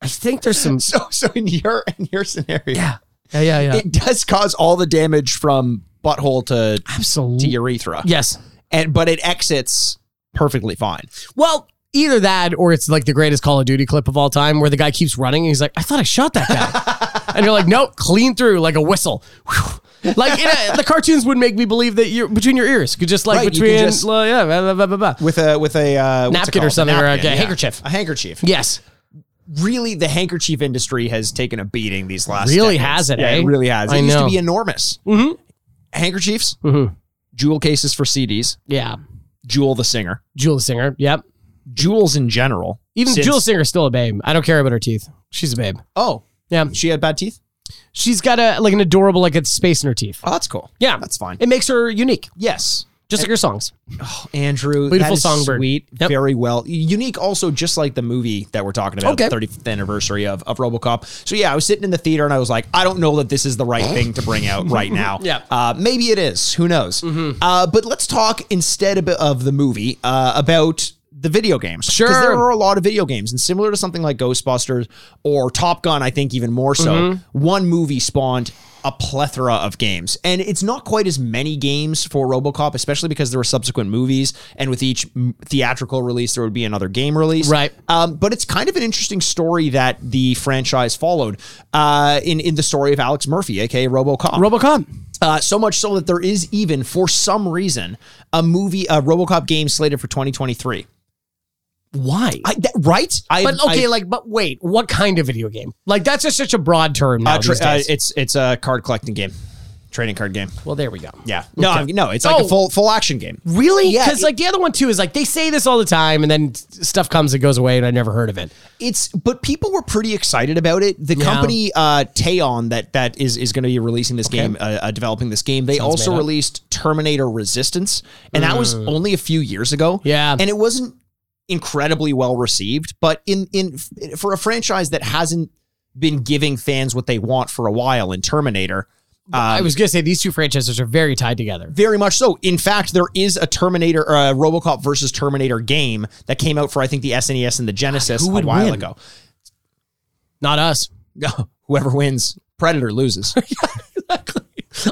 D: I think there's some.
C: So, so in your in your scenario,
D: Yeah, yeah, yeah, yeah.
C: it does cause all the damage from butthole to to
D: Absolutely.
C: urethra,
D: Yes.
C: and but it exits perfectly fine.
D: Well, either that, or it's like the greatest Call of Duty clip of all time, where the guy keeps running, and he's like, "I thought I shot that guy," and you're like, "Nope, clean through like a whistle." Whew. Like in a, the cartoons would make me believe that you're between your ears, could just like
C: Right, you can
D: between,
C: just-
D: la- yeah, blah, blah, blah, blah, blah.
C: With a with a uh, what's it
D: Napkin or
C: called?
D: something, or a
C: napkin,
D: handkerchief.
C: a handkerchief.
D: yes.
C: really the handkerchief industry has taken a beating these last
D: Really
C: decades.
D: has it,
C: yeah,
D: eh?
C: it really has it
D: I
C: used
D: know.
C: to be enormous handkerchiefs
D: Mm-hmm.
C: jewel cases for cds
D: Yeah.
C: jewel the singer
D: Jewel the singer. Yep.
C: jewels in general
D: Even
C: since-
D: Jewel the singer's still a babe. I don't care about her teeth. She's a babe.
C: oh
D: Yeah.
C: she had bad teeth
D: She's got a like an adorable like a space in her teeth.
C: oh that's cool
D: Yeah.
C: that's fine
D: It makes her unique,
C: yes
D: just like her songs.
C: oh, andrew
D: Beautiful
C: that is
D: songbird.
C: sweet
D: Yep.
C: very well unique also just like the movie that we're talking about
D: Okay.
C: the 35th anniversary of, of robocop so yeah i was sitting in the theater and i was like i don't know that this is the right thing to bring out right now
D: Yeah. Mm-hmm.
C: Uh, maybe it is. Who knows? Uh, but let's talk instead of, of the movie uh, about the video games. 'Cause
D: Sure.
C: there are a lot of video games, and similar to something like Ghostbusters or Top Gun, I think even more so, one movie spawned a plethora of games. And it's not quite as many games for Robocop, especially because there were subsequent movies, and with each m- theatrical release, there would be another game release.
D: Right.
C: Um, but it's kind of an interesting story that the franchise followed uh, in, in the story of Alex Murphy, aka Robocop.
D: Robocop.
C: Uh, so much so that there is even, for some reason, a movie, a RoboCop game slated for 2023.
D: Why?
C: I, that, right? I,
D: but okay,
C: I-
D: like, but wait, what kind of video game? Like that's just such a broad term now.
C: uh, tra-
D: these
C: uh,
D: days.
C: it's it's a card collecting game. Trading card game.
D: Well, there we go.
C: Yeah. No, I'm- no, it's like
D: Oh.
C: a full full action game.
D: Really?
C: Yeah,
D: Because
C: it-
D: like the other one too is like they say this all the time, and then stuff comes and goes away, and I never heard of it.
C: It's but people were pretty excited about it. The
D: Yeah.
C: company uh Teon that that is is going to be releasing this game, uh, uh, developing this game. They also
D: made up. Mm.
C: released Terminator Resistance, and that was only a few years ago.
D: Yeah.
C: and it wasn't incredibly well received, but in in for a franchise that hasn't been giving fans what they want for a while in Terminator. Um,
D: I was gonna say these two franchises are very tied together.
C: Very much so. In fact, there is a Terminator, uh, RoboCop versus Terminator game that came out for I think the SNES and the Genesis
D: Who
C: a
D: would
C: while
D: win?
C: ago.
D: Not us.
C: No, whoever wins, Predator loses.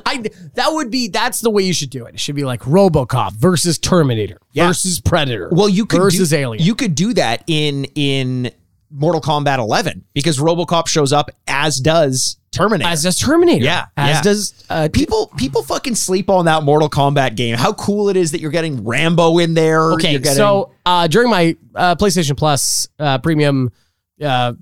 D: I that would be that's the way you should do it. It should be like RoboCop versus Terminator
C: Yeah.
D: versus Predator.
C: well, you could
D: versus
C: do,
D: Alien.
C: You could do that in in Mortal Kombat 11 because RoboCop shows up as does Terminator.
D: as does Terminator.
C: Yeah,
D: As
C: yeah.
D: does uh,
C: people people fucking sleep on that Mortal Kombat game. How cool it is that you're getting Rambo in there.
D: Okay,
C: you're getting-
D: so uh, during my uh, PlayStation Plus uh, premium uh,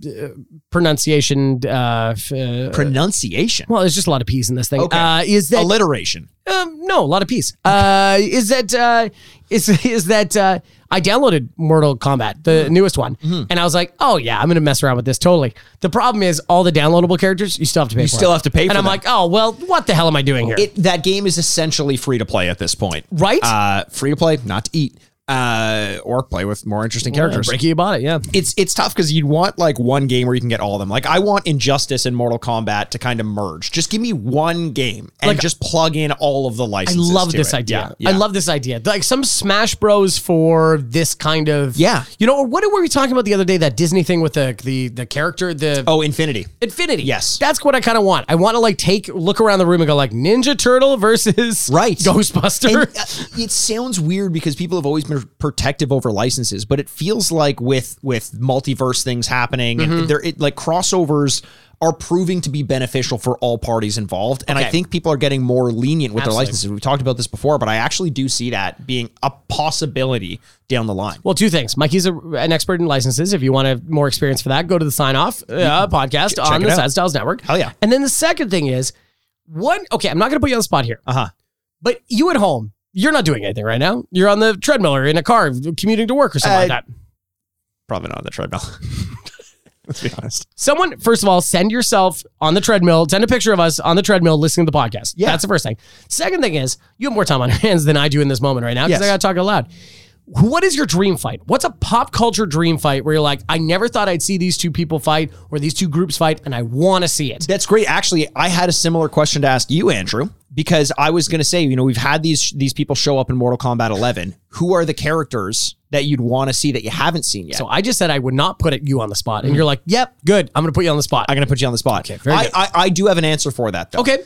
D: pronunciation, uh, f- uh,
C: pronunciation,
D: well, there's just a lot of P's in this thing.
C: Okay.
D: Uh, is that
C: alliteration.
D: um, no a lot of P's? Uh, is that uh, is is that uh, I downloaded Mortal Kombat, the
C: Mm-hmm.
D: newest one, and I was like, oh yeah, I'm gonna mess around with this totally. The problem is all the downloadable characters you still have to pay. You for
C: still
D: it.
C: have to pay
D: and
C: for
D: I'm
C: them.
D: like, oh well, what the hell am I doing here?
C: It that game is essentially free to play at this point,
D: Right?
C: Uh, free to play, not to eat, uh, or play with more interesting characters.
D: Breaky, you bought it, yeah.
C: it's it's tough because you'd want like one game where you can get all of them. Like I want Injustice and Mortal Kombat to kind of merge. Just give me one game and
D: Like-
C: just plug in all of the
D: I
C: licenses.
D: love
C: to
D: this
C: it.
D: idea.
C: Yeah,
D: I
C: yeah.
D: love this idea. Like some Smash Bros for this kind of
C: Yeah.
D: You know, or what were we talking about the other day? That Disney thing with the the the character, the
C: Oh, Infinity.
D: Infinity.
C: Yes.
D: that's what I kind of want. I want to like take look around the room and go like Ninja Turtle versus
C: Right. And,
D: Ghostbuster.
C: uh, it sounds weird because people have always been protective over licenses, but it feels like with with multiverse things happening
D: Mm-hmm.
C: and there it like crossovers are proving to be beneficial for all parties involved. And I
D: Okay.
C: think people are getting more lenient with
D: Absolutely.
C: their licenses. We've talked about this before, but I actually do see that being a possibility down the line.
D: Well, two things. Mikey's a, an expert in licenses. If you want to more experience for that, go to the Sign Off uh, podcast on
C: it
D: the
C: out.
D: Side Styles Network.
C: Hell yeah.
D: And then the second thing is, one. Okay, I'm not going to put you on the spot here.
C: Uh-huh.
D: But you at home, you're not doing anything right now. You're on the treadmill or in a car commuting to work or something like
C: Uh,
D: that.
C: Probably not on the treadmill. Let's be honest.
D: Someone, first of all, send yourself on the treadmill, send a picture of us on the treadmill listening to the podcast.
C: Yeah.
D: That's the first thing. Second thing is, you have more time on your hands than I do in this moment right now because
C: Yes.
D: I got to talk out loud. What is your dream fight? What's a pop culture dream fight where you're like, I never thought I'd see these two people fight or these two groups fight, and I want to see it?
C: That's great. Actually, I had a similar question to ask you, Andrew, because I was going to say, you know, we've had these these people show up in Mortal Kombat 11. Who are the characters that you'd want to see that you haven't seen yet?
D: So I just said I would not put it, you on the spot. And you're like, yep, good. I'm going to put you on the spot.
C: Mm-hmm. I'm going to put you on the spot. Okay,
D: very
C: I,
D: good.
C: I I do have an answer for that though.
D: okay.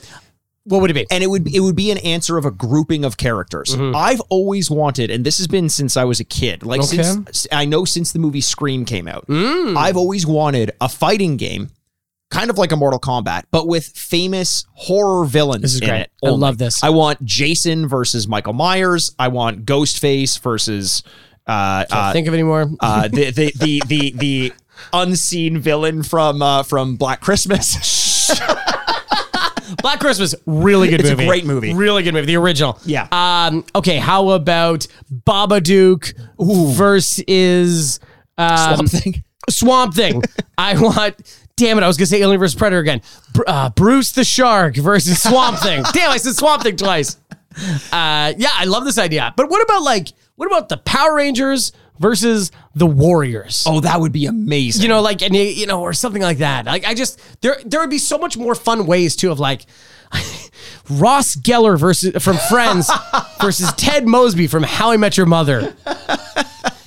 D: What would it be?
C: and it would it would be an answer of a grouping of characters.
D: Mm-hmm.
C: I've always wanted, and this has been since I was a kid. Like
D: Okay. Mm.
C: since I know since the movie Scream came out, I've always wanted a fighting game, kind of like a Mortal Kombat, but with famous horror villains.
D: This is
C: in
D: great.
C: it
D: I
C: only.
D: love this.
C: I want Jason versus Michael Myers. I want Ghostface versus uh,
D: Can't
C: uh,
D: think of any more.
C: uh, the the the the the unseen villain from uh, from Black Christmas.
D: Black Christmas, really good
C: It's a
D: movie.
C: great movie.
D: Really good movie. The original.
C: Yeah.
D: Um, okay, how about Babadook versus um,
C: Swamp Thing.
D: Swamp Thing. I want damn it, I was gonna say Alien versus Predator again. Br- uh, Bruce the Shark versus Swamp Thing. Damn, I said Swamp Thing twice. Uh, yeah, I love this idea. But what about like what about the Power Rangers versus the Warriors?
C: Oh, that would be amazing.
D: you know, like and you- you know, or something like that. Like I just there there would be so much more fun ways too of like Ross Geller versus from Friends versus Ted Mosby from How I Met Your Mother,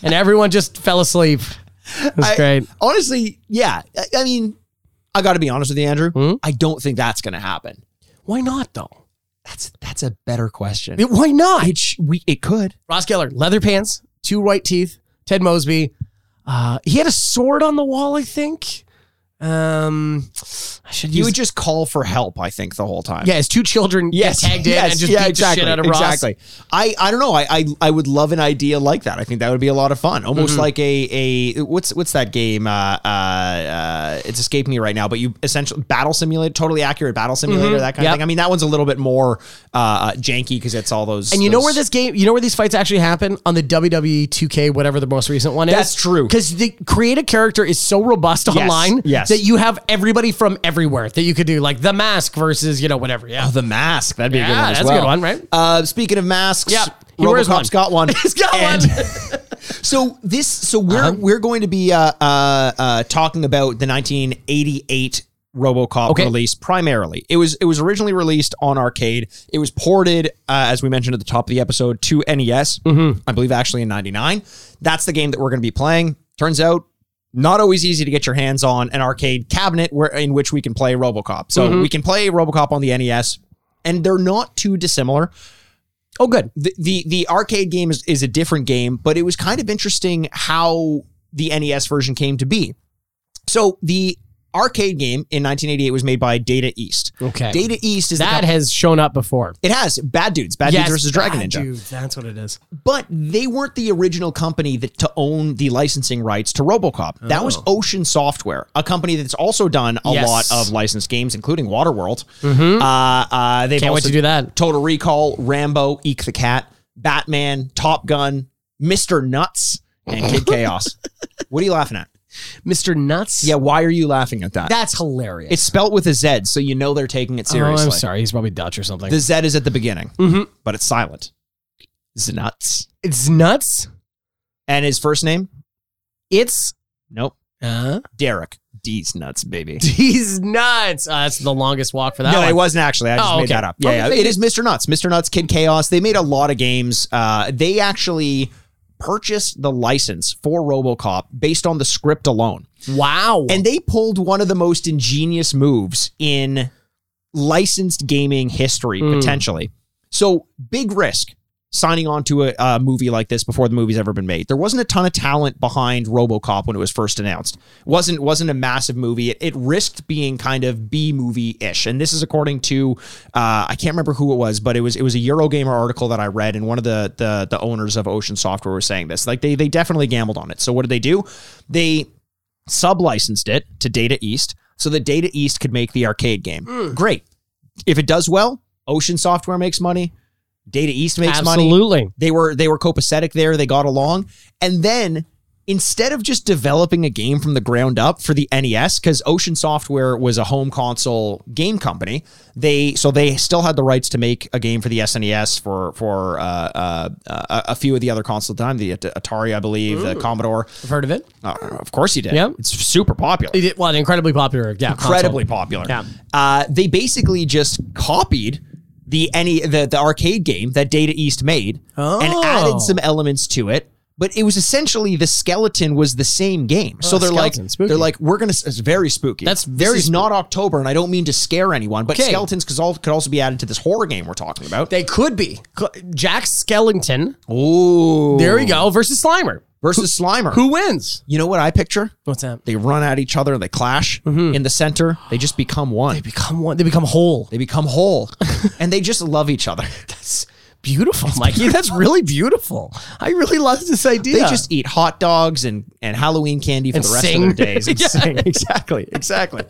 D: and everyone just fell asleep. That's
C: I-
D: great.
C: Honestly, yeah. I, I mean, I got to be honest with you, Andrew.
D: Hmm?
C: I don't think that's going to happen.
D: Why not though?
C: That's that's a better question.
D: It- why not?
C: we it could.
D: Ross Geller, leather pants, two white teeth. Ted Mosby, uh, he had a sword on the wall, I think. Um, I should
C: He
D: use.
C: would just call for help, I think, the whole time.
D: yeah, his two children
C: Yes.
D: get tagged in
C: yes,
D: and just
C: yeah,
D: beat
C: exactly,
D: the shit out of Ross.
C: Exactly. I, I don't know. I, I I would love an idea like that. I think that would be a lot of fun. Almost
D: Mm-hmm.
C: like a a what's what's that game? Uh, uh, uh, it's escaped me right now. But you essentially battle simulator, totally accurate battle simulator, that kind
D: Mm-hmm. Yep.
C: of thing. I mean, that one's a little bit more uh, uh, janky because it's all those.
D: And you know
C: those-
D: where this game, you know where these fights actually happen on the WWE 2K, whatever the most recent one is.
C: That's true.
D: Because the create a character is so robust online
C: yes.
D: that you have everybody from everywhere that you could do, like the mask versus you know whatever. Yeah,
C: Oh, the mask? That'd be a good
D: Yeah,
C: one. as
D: that's a good
C: well.
D: one, right?
C: Uh, speaking of masks,
D: Yep. He wears one.
C: RoboCop's got one.
D: He's got
C: And-
D: one.
C: So this, so we're we're going to be uh, uh, uh, talking about the 1988 RoboCop
D: Okay.
C: release primarily. It was it was originally released on arcade. It was ported, uh, as we mentioned at the top of the episode, to NES. I believe actually in '99. That's the game that we're going to be playing. Turns out. Not always easy to get your hands on an arcade cabinet where in which we can play RoboCop. So we can play RoboCop on the NES, and they're not too dissimilar
D: Oh, good.
C: the the the arcade game is, is a different game, but it was kind of interesting how the NES version came to be. So the arcade game in 1988 was made by Data East.
D: Okay.
C: Data East is the
D: that
C: company-
D: has shown up before.
C: it has bad dudes, bad
D: Yes,
C: dudes versus Dragon
D: God,
C: Ninja
D: dude, that's what it is.
C: but they weren't the original company that to own the licensing rights to RoboCop. That was Ocean Software, a company that's also done a
D: Oh. Yes. Mm-hmm.
C: lot of licensed games, including Waterworld. Uh, uh, they've
D: Can't wait
C: also
D: to do that.
C: Total Recall, Rambo, Eek the Cat, Batman, Top Gun, Mister Nuts, and Kid Chaos. What are you laughing at?
D: Mr. Nuts.
C: Yeah, why are you laughing at that?
D: that's hilarious.
C: it's spelt with a Z, so you know they're taking it seriously.
D: Oh, I'm sorry. He's probably Dutch or something.
C: The Z is at the beginning,
D: Mhm.
C: but it's silent. Nuts.
D: it's nuts.
C: And his first name?
D: It's
C: Nope.
D: uh,
C: Derek. D's nuts, baby.
D: he's nuts. Uh, that's the longest walk for that.
C: no,
D: one.
C: it wasn't actually. I just
D: Oh,
C: made
D: okay.
C: that up.
D: I
C: Yeah,
D: was
C: yeah. it is Mr. Nuts. Mr. Nuts, Kid Chaos. They made a lot of games. Uh, they actually purchased the license for RoboCop based on the script alone,
D: Wow.
C: and they pulled one of the most ingenious moves in licensed gaming history,
D: Mm.
C: potentially. So big risk signing on to a, a movie like this before the movie's ever been made. There wasn't a ton of talent behind RoboCop when it was first announced. wasn't wasn't a massive movie. It, it risked being kind of B movie ish. And this is according to uh, I can't remember who it was, but it was it was a Eurogamer article that I read, and one of the the the owners of Ocean Software was saying this. Like they they definitely gambled on it. So what did they do? They sublicensed it to Data East so that Data East could make the arcade game. Great. If it does well, Ocean Software makes money, Data East makes money.
D: Absolutely.
C: They were they were copacetic there, they got along. And then instead of just developing a game from the ground up for the NES cuz Ocean Software was a home console game company, they so they still had the rights to make a game for the SNES for for uh, uh, uh, a few of the other console at the time, the Atari I believe, the Commodore.
D: I've heard of it.
C: Uh, of course he did.
D: Yep.
C: It's super popular.
D: It, well, an incredibly popular. Yeah.
C: Incredibly
D: console.
C: popular.
D: Yeah.
C: Uh, they basically just copied the any the, the arcade game that Data East made and
D: Oh.
C: added some elements to it. But it was essentially the skeleton was the same game. so
D: Oh,
C: they're
D: skeleton,
C: like
D: spooky.
C: they're like we're gonna it's very spooky.
D: That's
C: This
D: very
C: is not October, and I don't mean to scare anyone, but
D: Okay.
C: skeletons could all could also be added to this horror game we're talking about.
D: They could be Co- Jack Skellington.
C: Ooh,
D: There we go. Versus Slimer.
C: Versus Slimer.
D: Who wins?
C: You know what I picture?
D: What's that?
C: They run at each other. They clash
D: Mm-hmm.
C: in the center. They just become one.
D: They become one. They become whole.
C: They become whole and they just love each other.
D: That's beautiful, Mikey. That's really beautiful. I really love this idea.
C: They just eat hot dogs and, and Halloween candy for
D: And
C: the rest
D: sing.
C: of their days and
D: Yeah.
C: sing. Exactly. Exactly.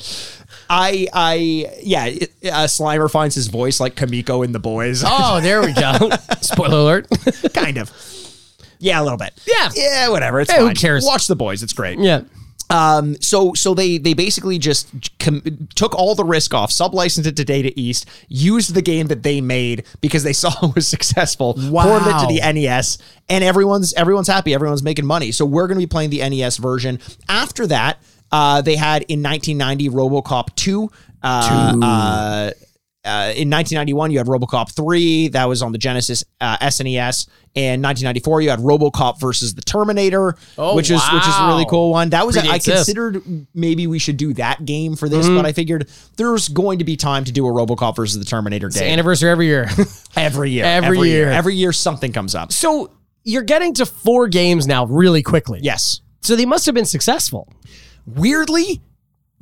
C: I, I, yeah, it- uh, Slimer finds his voice like Kamiko in The Boys.
D: Oh, there we go. Spoiler alert.
C: kind of. Yeah, a little bit.
D: Yeah.
C: Yeah, whatever. It's
D: Hey, who
C: fine.
D: cares?
C: Watch The Boys. It's great.
D: yeah.
C: Um, so so they they basically just com- took all the risk off, sublicensed it to Data East, used the game that they made because they saw it was successful, ported it to
D: Wow.
C: the NES, and everyone's everyone's happy, everyone's making money. So we're going to be playing the NES version. After that, uh, they had in 1990 RoboCop 2. Uh, uh, uh, in 1991, you had RoboCop 3. That was on the Genesis uh, SNES. In 1994, you had RoboCop versus the Terminator,
D: Oh,
C: which is which is a really
D: wow.
C: cool one. That was I
D: Predates this.
C: considered maybe we should do that game for this,
D: Mm-hmm.
C: but I figured there's going to be time to do a RoboCop versus the Terminator
D: The
C: day
D: anniversary every year.
C: every year.
D: Every year.
C: every year something comes up.
D: so you're getting to four games now really quickly.
C: Yes,
D: So they must have been successful.
C: weirdly,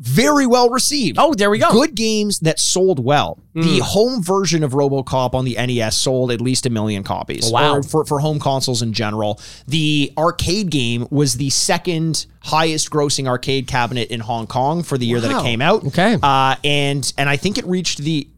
C: very well received.
D: Oh, Mm. there we go.
C: Good games that sold well. The home version of RoboCop on the NES sold at least a million copies.
D: Wow.
C: Or for, for home consoles in general. The arcade game was the second highest grossing arcade cabinet in Hong Kong for the year that
D: Wow.
C: it came out.
D: Okay.
C: Uh, and and I think it reached the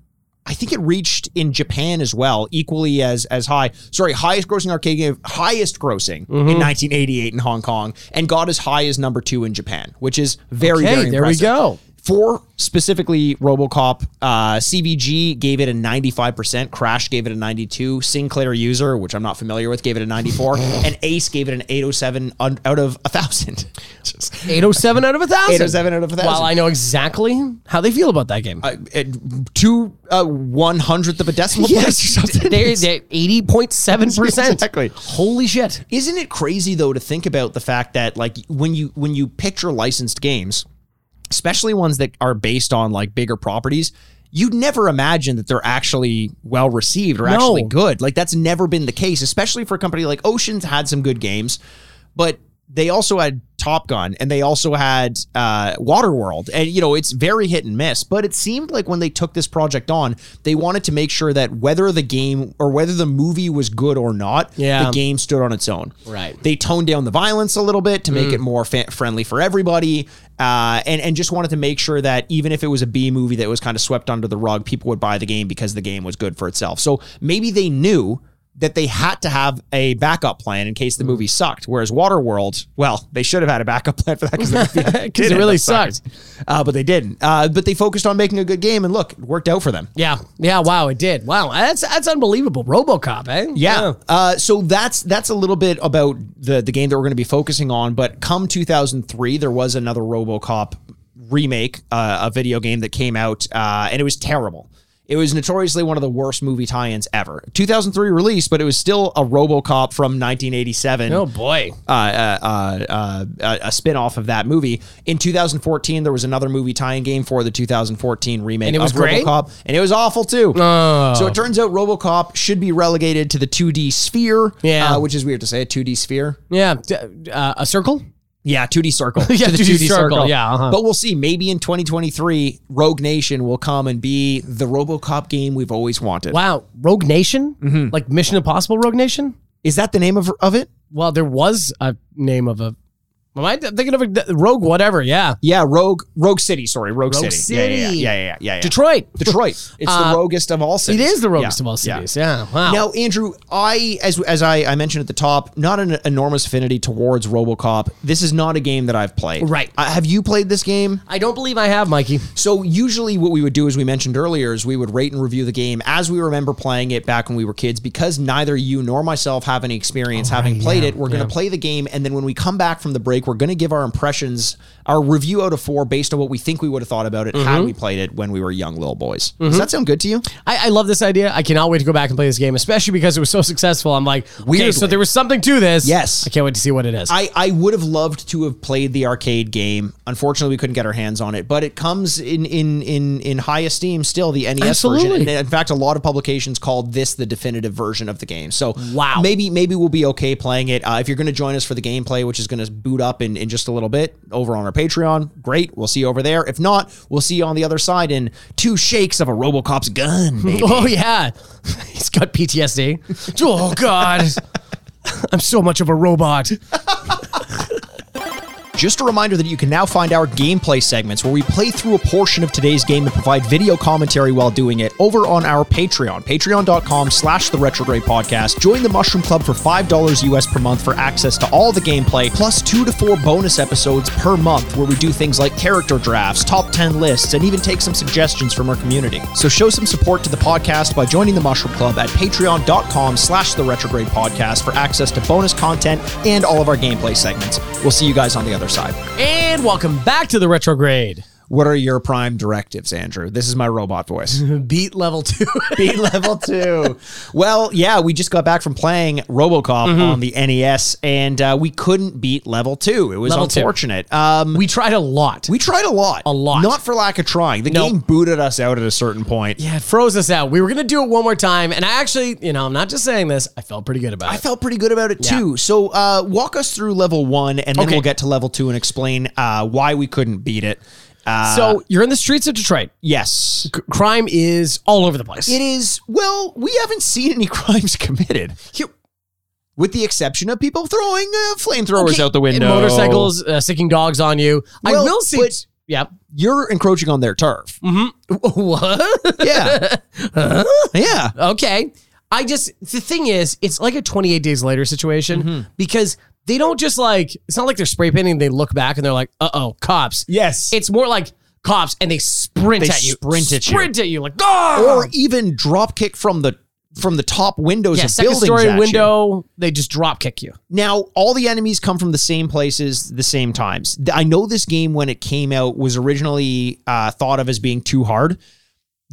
C: I think it reached in Japan as well, equally as as high. Sorry, highest grossing arcade game, highest grossing
D: Mm-hmm.
C: in 1988 in Hong Kong, and got as high as number two in Japan, which is very
D: Okay,
C: very
D: there we
C: impressive.
D: go.
C: For specifically RoboCop, uh, CVG gave it a 95%, Crash gave it a 92, Sinclair User, which I'm not familiar with, gave it a 94, and Ace gave it an 807 un- out of 1,000. Just-
D: 807 out of a 1,000.
C: 807 out of 1,000.
D: Well, I know exactly how they feel about that game.
C: uh, at two uh, one hundredth of a decimal place or something.
D: They're, they're 80.7%.
C: Exactly.
D: Holy shit.
C: Isn't it crazy though to think about the fact that like when you when you picture licensed games, especially ones that are based on like bigger properties, you'd never imagine that they're actually well received or actually good. Like that's never been the case, especially for a company like Ocean's had some good games, but they also had Top Gun and they also had uh, Waterworld, and you know it's very hit and miss. But it seemed like when they took this project on, they wanted to make sure that whether the game or whether the movie was good or not,
D: Yeah.
C: the game stood on its own.
D: Right. Mm.
C: They toned down the violence a little bit to make it more fa- friendly for everybody, uh, and and just wanted to make sure that even if it was a B movie that was kind of swept under the rug, people would buy the game because the game was good for itself. So maybe they knew that they had to have a backup plan in case the
D: Mm.
C: movie sucked. Whereas Waterworld, well, they should have had a backup plan for that because
D: Because it really sucked.
C: uh, but they didn't. Uh, but they focused on making a good game, and look, it worked out for them.
D: Yeah. Yeah. Wow. It did. Wow. That's that's unbelievable. Robocop, eh?
C: Yeah. Uh, so that's that's a little bit about the the game that we're going to be focusing on. But come 2003, there was another RoboCop remake, uh, a video game that came out, uh, and it was terrible. It was notoriously one of the worst movie tie-ins ever. 2003 release, but it was still a RoboCop from 1987
D: Oh, boy.
C: uh, uh, uh, uh, a spin-off of that movie. In 2014, there was another movie tie-in game for the 2014 remake
D: And it was
C: of
D: great? Oh,
C: RoboCop, and it was awful too.
D: Uh,
C: So it turns out RoboCop should be relegated to the 2D sphere,
D: Yeah.
C: uh, which is weird to say, a 2D sphere.
D: Yeah. d- Uh, a circle?
C: Yeah, 2D circle.
D: Yeah,
C: To the
D: 2D circle, yeah, uh-huh.
C: But we'll see. Maybe in 2023, Rogue Nation will come and be the RoboCop game we've always wanted.
D: Wow. Rogue Nation?
C: Mm-hmm.
D: Like Mission Impossible Rogue Nation?
C: Is that the name of of it?
D: Well, there was a name of a. Am I thinking of a Rogue whatever? Yeah.
C: Yeah, Rogue Rogue City. Sorry, Rogue,
D: Rogue
C: Yeah, yeah, yeah,
D: City.
C: yeah, yeah, yeah, yeah.
D: Detroit.
C: Detroit. It's
D: Uh,
C: the roguest of all
D: It
C: cities.
D: is the roguest
C: Yeah,
D: of all
C: yeah.
D: cities. Yeah. Wow.
C: Now, Andrew, I as as I, I mentioned at the top, not an enormous affinity towards RoboCop. This is not a game that I've played.
D: Right.
C: Uh, have you played this game?
D: I don't believe I have, Mikey.
C: So usually, what we would do, as we mentioned earlier, is we would rate and review the game as we remember playing it back when we were kids. Because neither you nor myself have any experience having played it, we're going to play the game, and then when we come back from the break, we're going to give our impressions, our review out of four, based on what we think we would have thought about it had we played it when we were young little boys. Does that sound good to you?
D: I, I love this idea. I cannot wait to go back and play this game, especially because it was so successful. I'm like, okay,
C: Weirdly.
D: so there was something to this.
C: Yes.
D: I can't wait to see what it is.
C: I, I would have loved to have played the arcade game. Unfortunately, we couldn't get our hands on it, but it comes in in in in high esteem still. The NES version,
D: Absolutely.
C: and in fact, a lot of publications called this the definitive version of the game. So
D: Wow.
C: maybe maybe we'll be okay playing it. Uh, if you're going to join us for the gameplay, which is going to boot up in in just a little bit over on our Patreon, great. We'll see you over there. If not, we'll see you on the other side in two shakes of a RoboCop's gun. baby.
D: oh, yeah. He's got PTSD. oh, God. I'm so much of a robot.
C: Just a reminder that you can now find our gameplay segments where we play through a portion of today's game and provide video commentary while doing it over on our Patreon, patreon.com slash the retrograde podcast. Join the Mushroom Club for $5 US per month for access to all the gameplay, plus two to four bonus episodes per month where we do things like character drafts, top 10 lists, and even take some suggestions from our community. So show some support to the podcast by joining the Mushroom Club at patreon.com slash the retrograde podcast for access to bonus content and all of our gameplay segments. We'll see you guys on the other side.
D: And welcome back to the retrograde.
C: What are your prime directives, Andrew? This is my robot voice.
D: Beat level two.
C: Beat level two. Well, yeah, we just got back from playing RoboCop
D: Mm-hmm.
C: on the NES, and uh, we couldn't beat level two. It was
D: Level two.
C: unfortunate. Um,
D: we tried a lot.
C: we tried a lot, a
D: lot.
C: not for lack of trying. The
D: No.
C: game booted us out at a certain point.
D: yeah, it froze us out. We were going to do it one more time. And I actually, you know, I'm not just saying this, I felt pretty good about
C: I
D: it.
C: felt pretty good about it
D: Yeah.
C: too. So uh, walk us through level one, and then
D: Okay.
C: we'll get to level two and explain uh, why we couldn't beat it,
D: so you're in the streets of Detroit.
C: Yes.
D: C- crime is all over the place.
C: It is, well, we haven't seen any crimes committed. With the exception of people throwing uh, flamethrowers
D: Okay,
C: out the window.
D: Motorcycles, uh, sicking dogs on you. I
C: Well,
D: will see.
C: but-
D: yeah.
C: You're encroaching on their turf.
D: what?
C: Yeah. Yeah.
D: Okay. I just the thing is, it's like a 28 days later situation
C: Mm-hmm.
D: because they don't just like it's not like they're spray painting. They look back and they're like, uh oh, cops.
C: Yes.
D: It's more like cops and they sprint
C: They
D: at you.
C: sprint at you.
D: Sprint at you like oh.
C: or even drop kick from the from the top windows
D: yeah,
C: of
D: second
C: buildings
D: story
C: at you.
D: window. They just drop kick you.
C: Now, all the enemies come from the same places, the same times. Th- I know this game when it came out was originally uh, thought of as being too hard.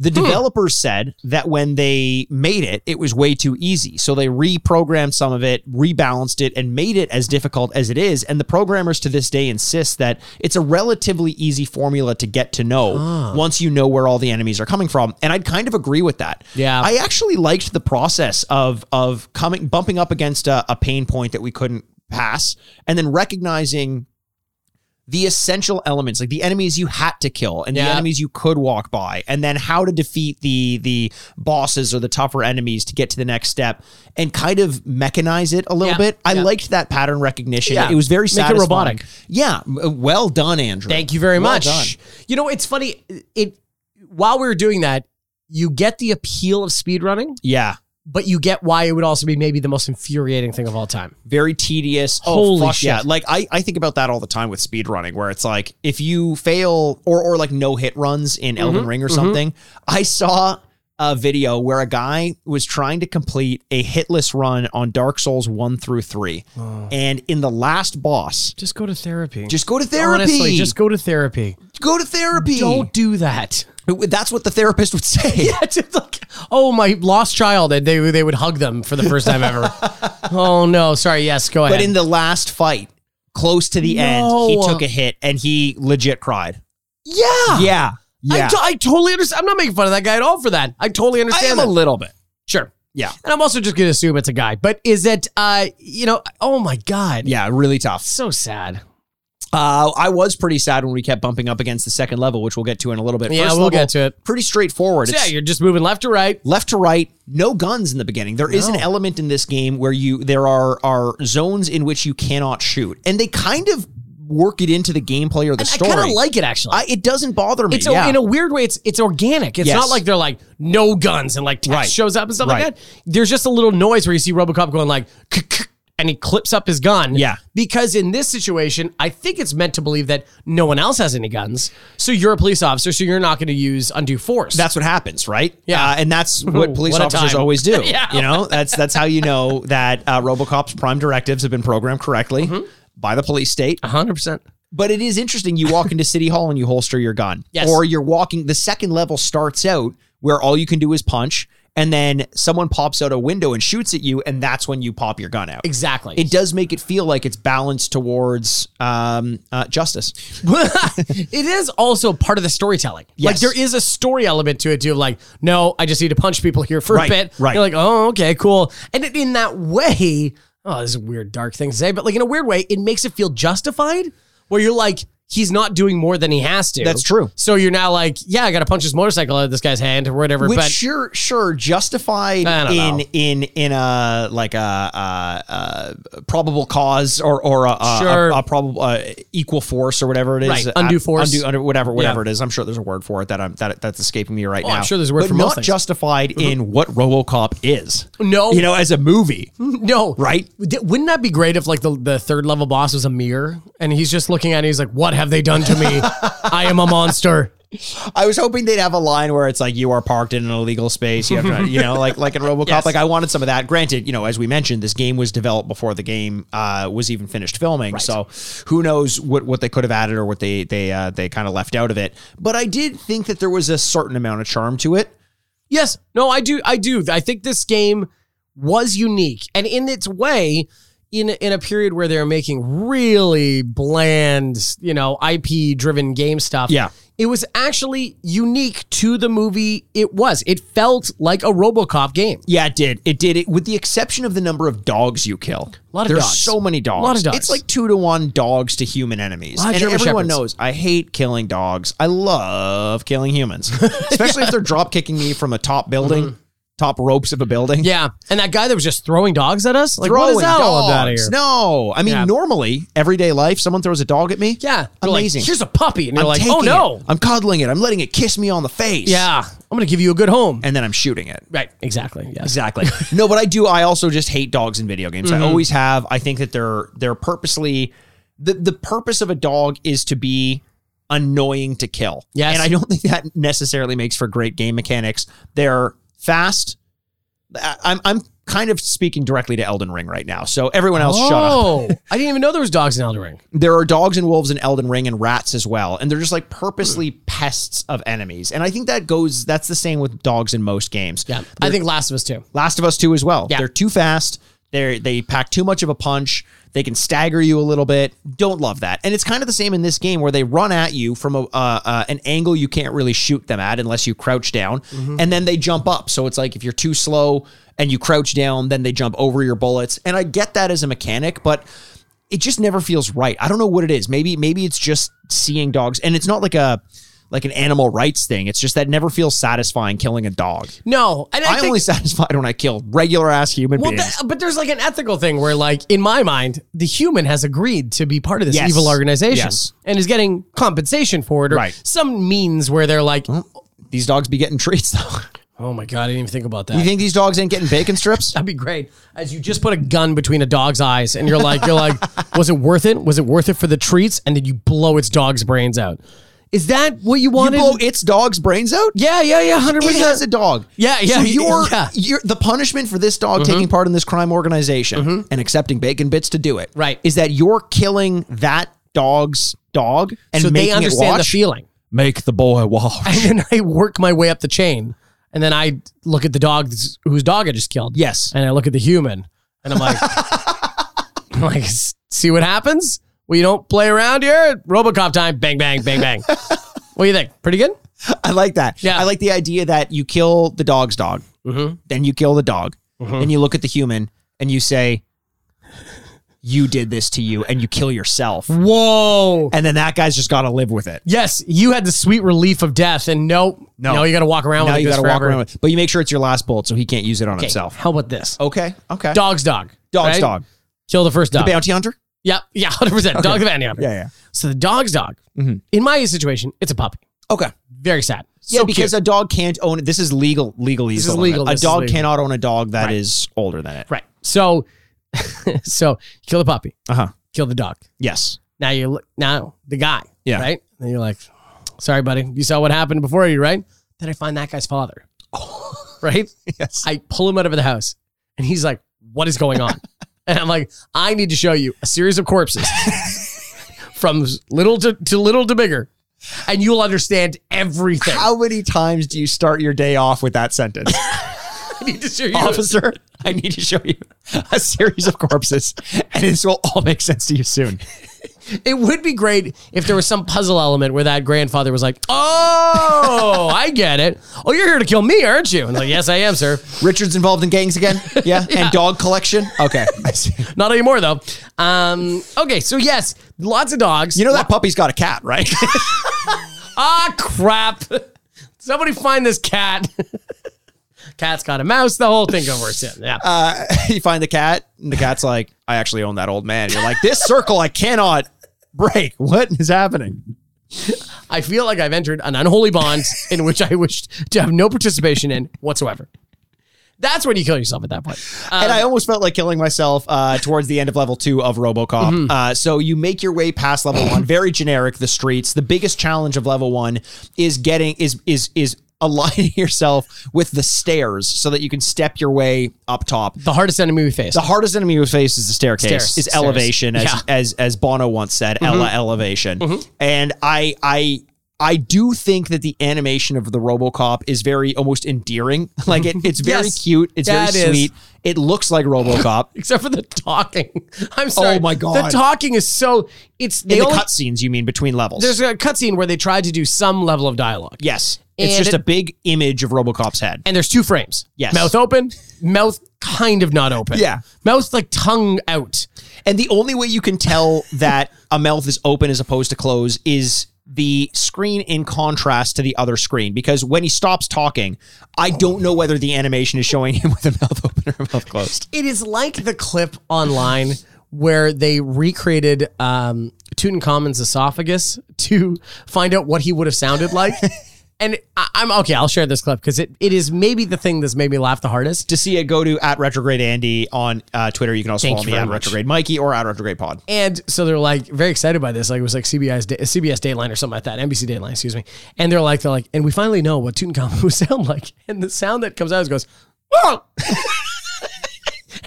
C: The
D: Hmm.
C: developers said that when they made it, it was way too easy. So they reprogrammed some of it, rebalanced it, and made it as difficult as it is. And the programmers to this day insist that it's a relatively easy formula to get to know once you know where all the enemies are coming from. And I'd kind of agree with that.
D: Yeah.
C: I actually liked the process of of coming bumping up against a, a pain point that we couldn't pass, and then recognizing the essential elements, like the enemies you had to kill and the
D: Yeah.
C: enemies you could walk by, and then how to defeat the the bosses or the tougher enemies to get to the next step, and kind of mechanize it a little
D: Yeah.
C: bit. I
D: Yeah.
C: liked that pattern recognition.
D: Yeah.
C: It was very
D: Make it
C: satisfying.
D: robotic.
C: Yeah, m- well done, Andrew.
D: Thank you very
C: Well
D: much.
C: done.
D: You know, it's funny. It while we were doing that, you get the appeal of speedrunning,
C: Yeah,
D: but you get why it would also be maybe the most infuriating thing of all time.
C: very tedious. Oh,
D: Holy
C: fuck
D: shit.
C: yeah. Like I, I think about that all the time with speed running, where it's like if you fail or or like no hit runs in
D: Mm-hmm,
C: Elden Ring or something. I saw a video where a guy was trying to complete a hitless run on Dark Souls one through three, and in the last boss,
D: Just go to therapy.
C: just go to therapy.
D: Honestly, just go to therapy.
C: go to therapy.
D: Don't do that.
C: That's what the therapist would say.
D: It's just like, oh, my lost child, and they they would hug them for the first time ever. oh no, sorry. Yes, go ahead.
C: But in the last fight, close to the end,
D: No.
C: he took a hit and he legit cried.
D: yeah,
C: Yeah.
D: I,
C: Yeah.
D: to- I totally understand. I'm not making fun of that guy at all for that. I totally
C: I
D: understand.
C: am a
D: that.
C: little bit.
D: sure.
C: Yeah.
D: And I'm also just gonna assume it's a guy. But is it? Uh, you know. Oh my god.
C: Yeah, really tough.
D: So sad.
C: Uh, I was pretty sad when we kept bumping up against the second level, which we'll get to in a little bit.
D: Yeah,
C: First
D: we'll
C: level,
D: get to it.
C: Pretty straightforward.
D: So yeah,
C: It's
D: you're just moving left to right.
C: left to right, no guns in the beginning. There is an element in this game where you there are are zones in which you cannot shoot, and they kind of work it into the gameplay or the
D: And I
C: story.
D: kind of like it actually.
C: I- it doesn't bother me.
D: It's a,
C: yeah.
D: in a weird way. It's it's organic. It's
C: Yes.
D: not like they're like no guns and like text
C: Right.
D: shows up and stuff
C: Right.
D: like that. There's just a little noise where you see RoboCop going like, "K-k-k," and he clips up his gun.
C: Yeah.
D: because in this situation, I think it's meant to believe that no one else has any guns. So you're a police officer, so you're not going to use undue force.
C: that's what happens, right?
D: Yeah.
C: Uh, and that's what police
D: What a
C: officers
D: time.
C: always do.
D: Yeah.
C: You know, that's that's how you know that uh, RoboCop's prime directives have been programmed correctly
D: Mm-hmm.
C: by the police state.
D: hundred percent.
C: But it is interesting. You walk into City Hall and you holster your gun.
D: Yes.
C: Or you're walking, the second level starts out where all you can do is punch, and then someone pops out a window and shoots at you, and that's when you pop your gun out.
D: Exactly.
C: It does make it feel like it's balanced towards um, uh, justice.
D: it is also part of the storytelling.
C: Yes.
D: Like there is a story element to it too. of Like, no, I just need to punch people here for
C: Right,
D: a bit.
C: right.
D: You're like, oh, okay, cool. And it, in that way, oh, this is a weird, dark thing to say, but like in a weird way, it makes it feel justified. Where you're like, he's not doing more than he has to.
C: That's true.
D: So you're now like, yeah, I got to punch his motorcycle out of this guy's hand or whatever.
C: Which
D: but
C: sure, sure, justified
D: I don't
C: in
D: know.
C: in in a like a, a, a probable cause or or a, a,
D: Sure.
C: a, a probable uh, equal force or whatever it is, Uh,
D: Right, undue force.
C: undue, undue- whatever whatever
D: Yeah.
C: it is. I'm sure there's a word for it that I'm that that's escaping me right
D: Oh,
C: now.
D: I'm sure there's a word
C: but
D: for most
C: not
D: things. Mm-hmm.
C: justified in what RoboCop is.
D: No.
C: you know, as a movie,
D: no,
C: right?
D: Th- Wouldn't that be great if like the, the third level boss was a mirror and he's just looking at it, he's like, What have they done to me? I am a monster.
C: I was hoping they'd have a line where it's like you are parked in an illegal space. You have to, you know, like like in RoboCop.
D: Yes.
C: Like I wanted some of that. Granted, you know, as we mentioned, this game was developed before the game uh, was even finished filming. So who knows what what they could have added or what they they uh, they kind of left out of it. But I did think that there was a certain amount of charm to it.
D: Yes. No, I do. I do. I think this game was unique, and in its way, in in a period where they're making really bland, you know, IP driven game stuff.
C: Yeah.
D: It was actually unique to the movie it was. It felt like a RoboCop game.
C: Yeah, it did. It did. It with the exception of the number of dogs you kill.
D: A lot of
C: There's
D: dogs.
C: so many dogs.
D: A lot of dogs.
C: It's like two to one dogs to human enemies.
D: A lot of
C: And
D: German
C: everyone
D: Shepherds.
C: knows I hate killing dogs. I love killing humans, especially if they're drop kicking me from a top building, top ropes of a building.
D: Mm-hmm. Yeah. And that guy that was just throwing dogs at us? Like, what is
C: Throwing
D: that all about
C: dogs.
D: here?
C: No, I mean
D: Yeah.
C: normally everyday life, someone throws a dog at me.
D: Yeah. They're like,
C: amazing.
D: Here's a puppy. And you're
C: I'm
D: like,
C: taking
D: oh no.
C: it. I'm cuddling it. I'm letting it kiss me on the face.
D: Yeah. I'm going to give you a good home.
C: and then I'm shooting it.
D: right. Exactly. Yes.
C: Exactly. no, but I do. I also just hate dogs in video games.
D: Mm-hmm.
C: I always have. I think that they're they're purposely the the purpose of a dog is to be annoying to kill.
D: Yes.
C: and I don't think that necessarily makes for great game mechanics. They're fast. I- I'm I'm kind of speaking directly to Elden Ring right now. So everyone else, shut up.
D: oh, I didn't even know there was dogs in Elden Ring.
C: There are dogs and wolves in Elden Ring and rats as well, and they're just like purposely
D: Hmm.
C: pests of enemies. And I think that goes. That's the same with dogs in most games.
D: Yeah, I think Last of Us too.
C: Last of Us 2 as well.
D: Yeah.
C: They're too fast. They they pack too much of a punch. They can stagger you a little bit. Don't love that. And it's kind of the same in this game where they run at you from a uh, uh, an angle you can't really shoot them at unless you crouch down, and then they jump up. So it's like if you're too slow and you crouch down, then they jump over your bullets. And I get that as a mechanic, but it just never feels right. I don't know what it is. Maybe maybe it's just seeing dogs, and it's not like a like an animal rights thing. It's just that it never feels satisfying killing a dog.
D: No, and I,
C: I,
D: think,
C: only satisfied when I kill regular ass human
D: well,
C: beings.
D: that, but there's like an ethical thing where, like, in my mind, the human has agreed to be part of this
C: Yes.
D: evil organization
C: Yes.
D: and is getting compensation for it, or
C: Right.
D: some means where they're like,
C: these dogs be getting treats though.
D: "Oh my god, I didn't even think about that."
C: You think these dogs ain't getting bacon strips?
D: That'd be great. As you just put a gun between a dog's eyes, and you're like, "You're like, was it worth it? Was it worth it for the treats?" And then you blow its dog's brains out. Is that what you
C: you
D: wanted?
C: blow Oh, its dog's brains out?
D: yeah, yeah, yeah, hundred
C: It
D: percent.
C: has a dog.
D: Yeah, yeah,
C: So you're,
D: yeah. Mm-hmm.
C: you're the punishment for this dog taking part in this crime organization and accepting bacon bits to do it.
D: Right.
C: Is that you're killing that dog's dog and
D: So
C: making
D: they
C: it
D: understand the
C: watch?
D: feeling.
C: Make the boy wash.
D: and then I work my way up the chain. And then I look at the dog whose dog I just killed.
C: Yes.
D: And I look at the human and I'm like, I'm like, "S- see what happens? We don't play around here. Robocop time. Bang, bang, bang, bang. what do you think? Pretty good?
C: I like that.
D: Yeah. Mm-hmm.
C: I like the idea that you kill the dog's dog, then you kill the dog, and you look at the human and you say, "You did this to you," and you kill yourself,
D: Whoa.
C: and then that guy's just got to live with it.
D: Yes, you had the sweet relief of death, and no,
C: No.
D: you got to walk around
C: now
D: with
C: you
D: got to
C: walk around with, but you make sure it's your last bullet so he can't use it on himself.
D: How about this?
C: Okay. Okay.
D: Dog's dog.
C: dog's
D: right?
C: dog.
D: Kill the first dog.
C: Bounty hunter.
D: yeah, yeah, 100%. Dog the bounty hunter.
C: Yeah. Mm-hmm. Yeah.
D: So the dog's dog, in my situation, it's a puppy.
C: Okay.
D: Very sad.
C: Yeah,
D: So
C: because
D: cute.
C: a dog can't own it. This is legal. Legal is the
D: is
C: limit.
D: legal,
C: A
D: this is
C: dog
D: legal.
C: cannot own a dog that is
D: Right.
C: older than it.
D: right. So, so kill the puppy,
C: Uh huh.
D: kill the dog.
C: Yes.
D: Now you're li- now the guy.
C: Yeah.
D: Right. And you're like, sorry, buddy, you saw what happened before you, right? Then I find that guy's father. Right.
C: Yes.
D: I pull him out of the house, and he's like, "What is going on?" and I'm like, "I need to show you a series of corpses, from little to, to little to bigger, and you'll understand everything."
C: How many times do you start your day off with that sentence?
D: I need to show you.
C: officer, I need to show you a series of corpses, and this will all make sense to you soon.
D: It would be great if there was some puzzle element where that grandfather was like, "Oh, I get it. Oh, you're here to kill me, aren't you?" And like, "Yes, I am, sir.
C: Richard's involved in gangs again, yeah, and dog collection. Okay, I see.
D: Not anymore, though." Um, okay, so yes, lots of dogs.
C: You know that puppy's got a cat, right?
D: ah, crap. Somebody find this cat. Cat's got a mouse. The whole thing goes in. Yeah.
C: Uh, you find the cat, and the cat's like, "I actually own that old man." You're like, "This circle, I cannot break. What is happening?"
D: I feel like I've entered an unholy bond in which I wished to have no participation in whatsoever. That's when you kill yourself at that point. Uh,
C: and I almost felt like killing myself uh, towards the end of level two of RoboCop. Uh, so you make your way past level one, very generic. The streets. The biggest challenge of level one is getting is is is aligning yourself with the stairs so that you can step your way up top.
D: the hardest enemy we face.
C: The hardest enemy we face is the staircase,
D: Stairs,
C: is
D: stairs.
C: elevation, as
D: Yeah. Mm-hmm.
C: as as Bono once said, Ella elevation. And I I I do think that the animation of the RoboCop is very almost endearing. Like it, it's very
D: Yes.
C: cute. It's
D: Yeah,
C: very
D: it is.
C: sweet. It looks like RoboCop.
D: Except for the talking. I'm sorry.
C: my God.
D: The talking is so it's
C: In
D: they
C: the
D: only,
C: cutscenes, you mean between levels?
D: there's a cutscene where they tried to do some level of dialogue.
C: yes, it's
D: And
C: just
D: it-
C: a big image of RoboCop's head.
D: And there's two frames.
C: Yes.
D: Mouth open, mouth kind of not open.
C: Yeah.
D: Mouth like tongue out.
C: And the only way you can tell that a mouth is open as opposed to closed is the screen in contrast to the other screen. Because when he stops talking, I don't know whether the animation is showing him with a mouth open or a mouth closed.
D: It is like the clip online where they recreated um, Tutankhamun's esophagus to find out what he would have sounded like. and I, I'm okay. I'll share this clip because it, it is maybe the thing that's made me laugh the hardest.
C: To see it, go to at retrograde Andy on uh, Twitter. You can also
D: Thank
C: follow
D: you
C: me
D: very
C: at
D: much.
C: retrograde Mikey or at retrograde pod.
D: And so they're like very excited by this. Like it was like CBS Day, CBS Dateline or something like that, NBC Dateline, excuse me. And they're like, they're like, and we finally know what Tutankhamun would sound like. And the sound that comes out is goes, "Whoa!"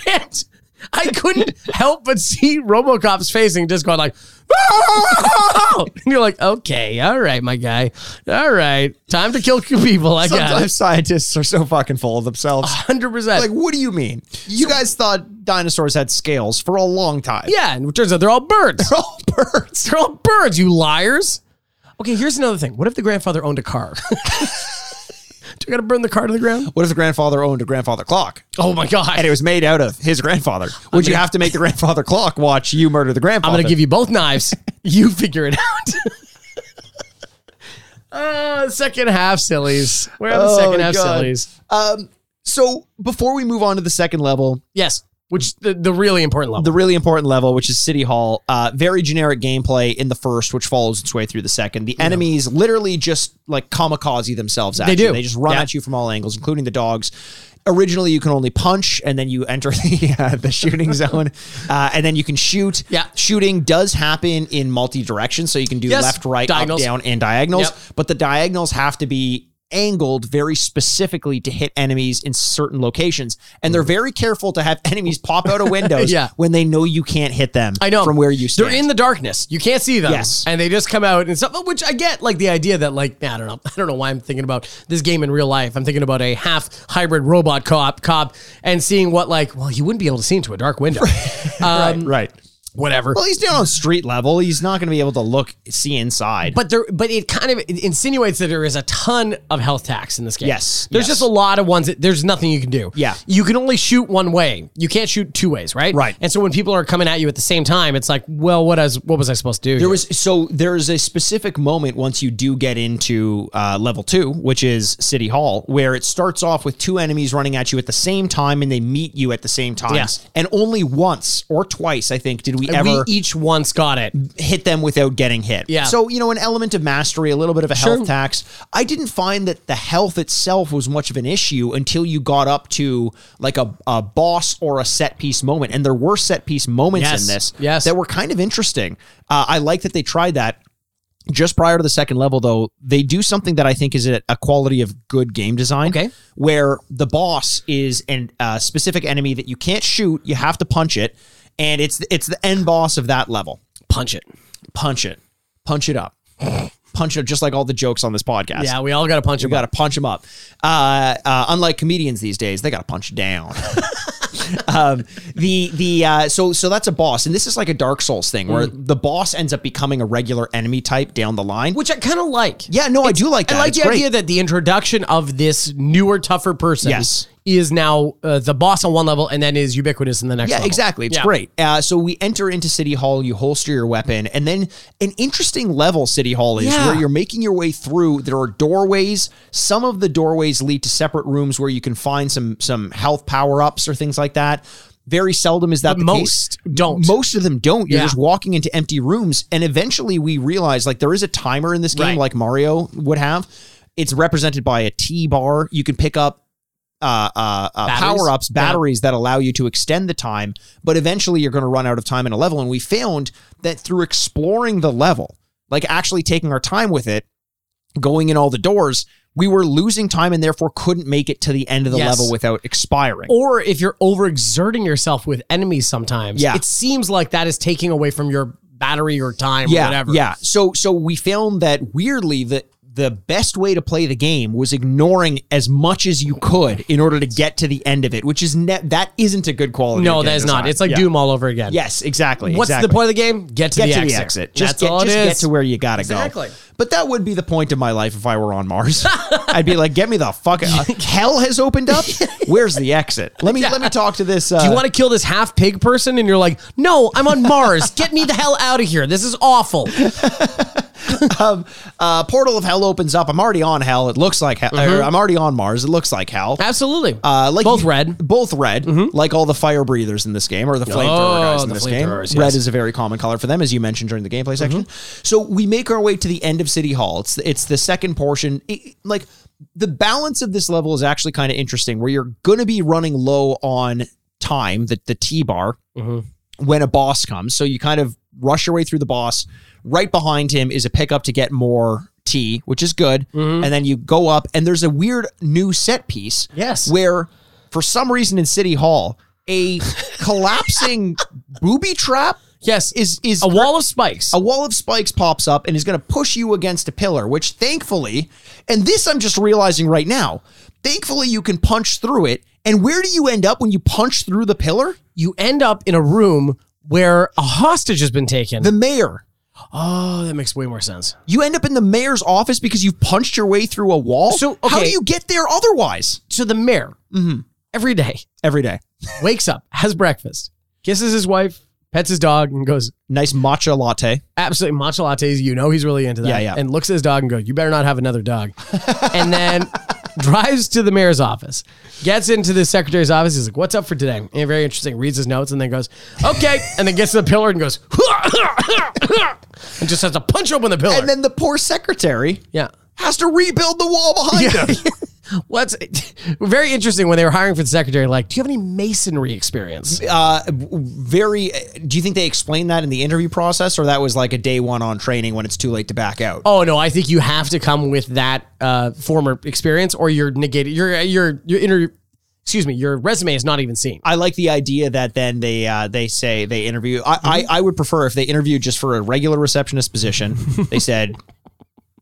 D: and I couldn't help but see RoboCop's face and just going like, "Whoa!" and you're like, okay, all right, my guy, all right, time to kill people. I got it,
C: scientists are so fucking full of themselves.
D: hundred percent.
C: Like, what do you mean? You guys thought dinosaurs had scales for a long time.
D: Yeah, and it turns out they're all birds.
C: They're all birds.
D: They're all birds, you liars. Okay, here's another thing. What if the grandfather owned a car? Do you gotta burn the car to the ground?
C: What if the grandfather owned a grandfather clock?
D: Oh my god.
C: and it was made out of his grandfather. Would you
D: gonna-
C: have to make the grandfather clock watch you murder the
D: I'm
C: grandfather?
D: gonna give you both knives. you figure it out. uh, second half sillies. Where are the
C: Oh,
D: second half
C: God.
D: sillies?
C: Um, so before we move on to the second level,
D: Yes. Which the, the really important level.
C: the really important level, which is City Hall, uh, very generic gameplay in the first, which follows its way through the second. The enemies literally just like kamikaze themselves at
D: They
C: you.
D: do.
C: They just run
D: Yeah.
C: at you from all angles, including the dogs. Originally, you can only punch, and then you enter the uh, the shooting zone, uh, and then you can shoot.
D: Yeah.
C: shooting does happen in multi directions, so you can do
D: Yes.
C: left, right,
D: Diagonals.
C: up, down, and diagonals.
D: Yep.
C: But the diagonals have to be angled very specifically to hit enemies in certain locations, and
D: Mm.
C: they're very careful to have enemies pop out of windows
D: Yeah.
C: when they know you can't hit them.
D: I know
C: from where you stand.
D: They're in the darkness. You can't see them.
C: Yes.
D: and they just come out and stuff. Which I get, like the idea that, like, I don't know, I don't know why I'm thinking about this game in real life. I'm thinking about a half hybrid robot cop, cop, and seeing what, like, well, you wouldn't be able to see into a dark window. um,
C: right.
D: Whatever.
C: Well, he's down on street level. He's not going to be able to look see inside.
D: But there, but it kind of insinuates that there is a ton of health tax in this game.
C: Yes,
D: there's
C: yes.
D: just a lot of ones that there's nothing you can do.
C: Yeah.
D: you can only shoot one way. You can't shoot two ways, right?
C: Right.
D: And so when people are coming at you at the same time, it's like, well, what was what was I supposed to do?
C: There
D: here?
C: was so there's a specific moment once you do get into uh, level two, which is City Hall, where it starts off with two enemies running at you at the same time, and they meet you at the same time.
D: Yeah.
C: And only once or twice, I think, did we ever
D: we each once got it.
C: hit them without getting hit.
D: Yeah.
C: So you know, an element of mastery, a little bit of a
D: Sure.
C: health tax. I didn't find that the health itself was much of an issue until you got up to like a, a boss or a set piece moment, and there were set piece moments
D: Yes.
C: in this
D: Yes.
C: that were kind of interesting. Uh, I like that they tried that. Just prior to the second level, though, they do something that I think is a a quality of good game design.
D: Okay.
C: Where the boss is a uh, specific enemy that you can't shoot, you have to punch it, and it's it's the end boss of that level
D: Punch it.
C: punch it, punch it up, punch it up, just like all the jokes on this podcast.
D: Yeah, we all got to punch
C: You
D: it.
C: got to punch them up. Uh, uh, unlike comedians these days, they got to punch down. um, the the uh, so so that's a boss, and this is like a Dark Souls thing where
D: Mm.
C: the boss ends up becoming a regular enemy type down the line.
D: which I kind of like.
C: yeah, no, I do like that.
D: I like
C: It's
D: the
C: great.
D: idea that the introduction of this newer, tougher person
C: Yes.
D: is now uh, the boss on one level, and then is ubiquitous in the next.
C: Yeah,
D: level.
C: exactly. It's
D: Yeah.
C: great. Uh, so we enter into City Hall, you holster your weapon, and then an interesting level City Hall is
D: Yeah.
C: where you're making your way through. There are doorways. Some of the doorways lead to separate rooms where you can find some some health power ups or things like that. Very seldom is that
D: But
C: the
D: most
C: case.
D: don't.
C: Most of them don't. You're
D: Yeah.
C: just walking into empty rooms, and eventually we realize like there is a timer in this game,
D: Right.
C: like Mario would have. It's represented by a T bar. You can pick up uh, uh, uh,
D: Batteries?
C: power ups,
D: Yeah.
C: batteries that allow you to extend the time, but eventually you're going to run out of time in a level. And we found that through exploring the level, like actually taking our time with it, going in all the doors, we were losing time and therefore couldn't make it to the end of the
D: Yes.
C: level without expiring.
D: or if you're overexerting yourself with enemies sometimes,
C: Yeah.
D: it seems like that is taking away from your battery or time
C: yeah,
D: or whatever.
C: Yeah. So so we found that weirdly that the best way to play the game was ignoring as much as you could in order to get to the end of it, which is ne- that isn't a good quality.
D: No,
C: of game
D: that is not.
C: design.
D: It's like
C: Yeah.
D: Doom all over again.
C: Yes, exactly.
D: What's
C: exactly.
D: the point of the game? Get to,
C: Get
D: the,
C: to
D: exit.
C: the exit. Just,
D: That's
C: get,
D: all
C: just
D: it is.
C: get to where you gotta
D: Exactly.
C: go. But that would be the point of my life if I were on Mars. I'd be like, get me the fuck out. Hell has opened up. Where's the exit? Let me let me talk to this. Uh,
D: Do you want to kill this half pig person? And you're like, no, I'm on Mars. Get me the hell out of here. This is awful.
C: uh, Portal of Hell opens up. I'm already on Hell. It looks like Hell.
D: Mm-hmm.
C: or I'm already on Mars. It looks like Hell.
D: Absolutely.
C: Uh, like
D: Both
C: you-
D: red. Mm-hmm. Oh,
C: both red, like all the fire breathers in this game, or the flamethrower guys in
D: the
C: this game.
D: flamethrowers, yes. Mm-hmm.
C: Red is a very common color for them, as you mentioned during the gameplay section. So we make our way to the end of City Hall. It's it's the second portion. It- like the balance of this level is actually kind of interesting, where you're going to be running low on time, the the T bar, when a boss comes. So you kind of rush your way through the boss. Right behind him is a pickup to get more tea, which is good.
D: Mm-hmm.
C: And then you go up, and there's a weird new set piece.
D: Yes.
C: Where, for some reason, in City Hall, a collapsing booby trap
D: Yes.
C: is is
D: a wall of spikes.
C: a wall of spikes pops up and is going to push you against a pillar, which thankfully, and this I'm just realizing right now, thankfully you can punch through it. And where do you end up when you punch through the pillar?
D: you end up in a room where a hostage has been taken.
C: The mayor.
D: oh, that makes way more sense.
C: You end up in the mayor's office because you've punched your way through a wall.
D: So,
C: how do
D: okay.
C: you get there otherwise?
D: So the mayor,
C: Mm-hmm.
D: every day,
C: Every day,
D: wakes up, has breakfast, kisses his wife, pets his dog, and goes,
C: nice matcha latte.
D: absolutely matcha lattes. You know he's really into that.
C: Yeah, yeah.
D: And looks at his dog and goes, "You better not have another dog." and then drives to the mayor's office, gets into the secretary's office. He's like, "What's up for today?" And very interesting. Reads his notes and then goes, "Okay." and then gets to the pillar and goes, and just has to punch open the pillar.
C: And then the poor secretary
D: yeah.
C: has to rebuild the wall behind him.
D: What's very interesting when they were hiring for the secretary? Like, do you have any masonry experience?
C: Uh, very. uh, Do you think they explained that in the interview process, or that was like a day one on training when it's too late to back out?
D: Oh no, I think you have to come with that uh, former experience, or you're negated. Your your your inter, excuse me, your resume is not even seen.
C: I like the idea that then they uh, they say they interview. I, I I would prefer if they interviewed just for a regular receptionist position. they said,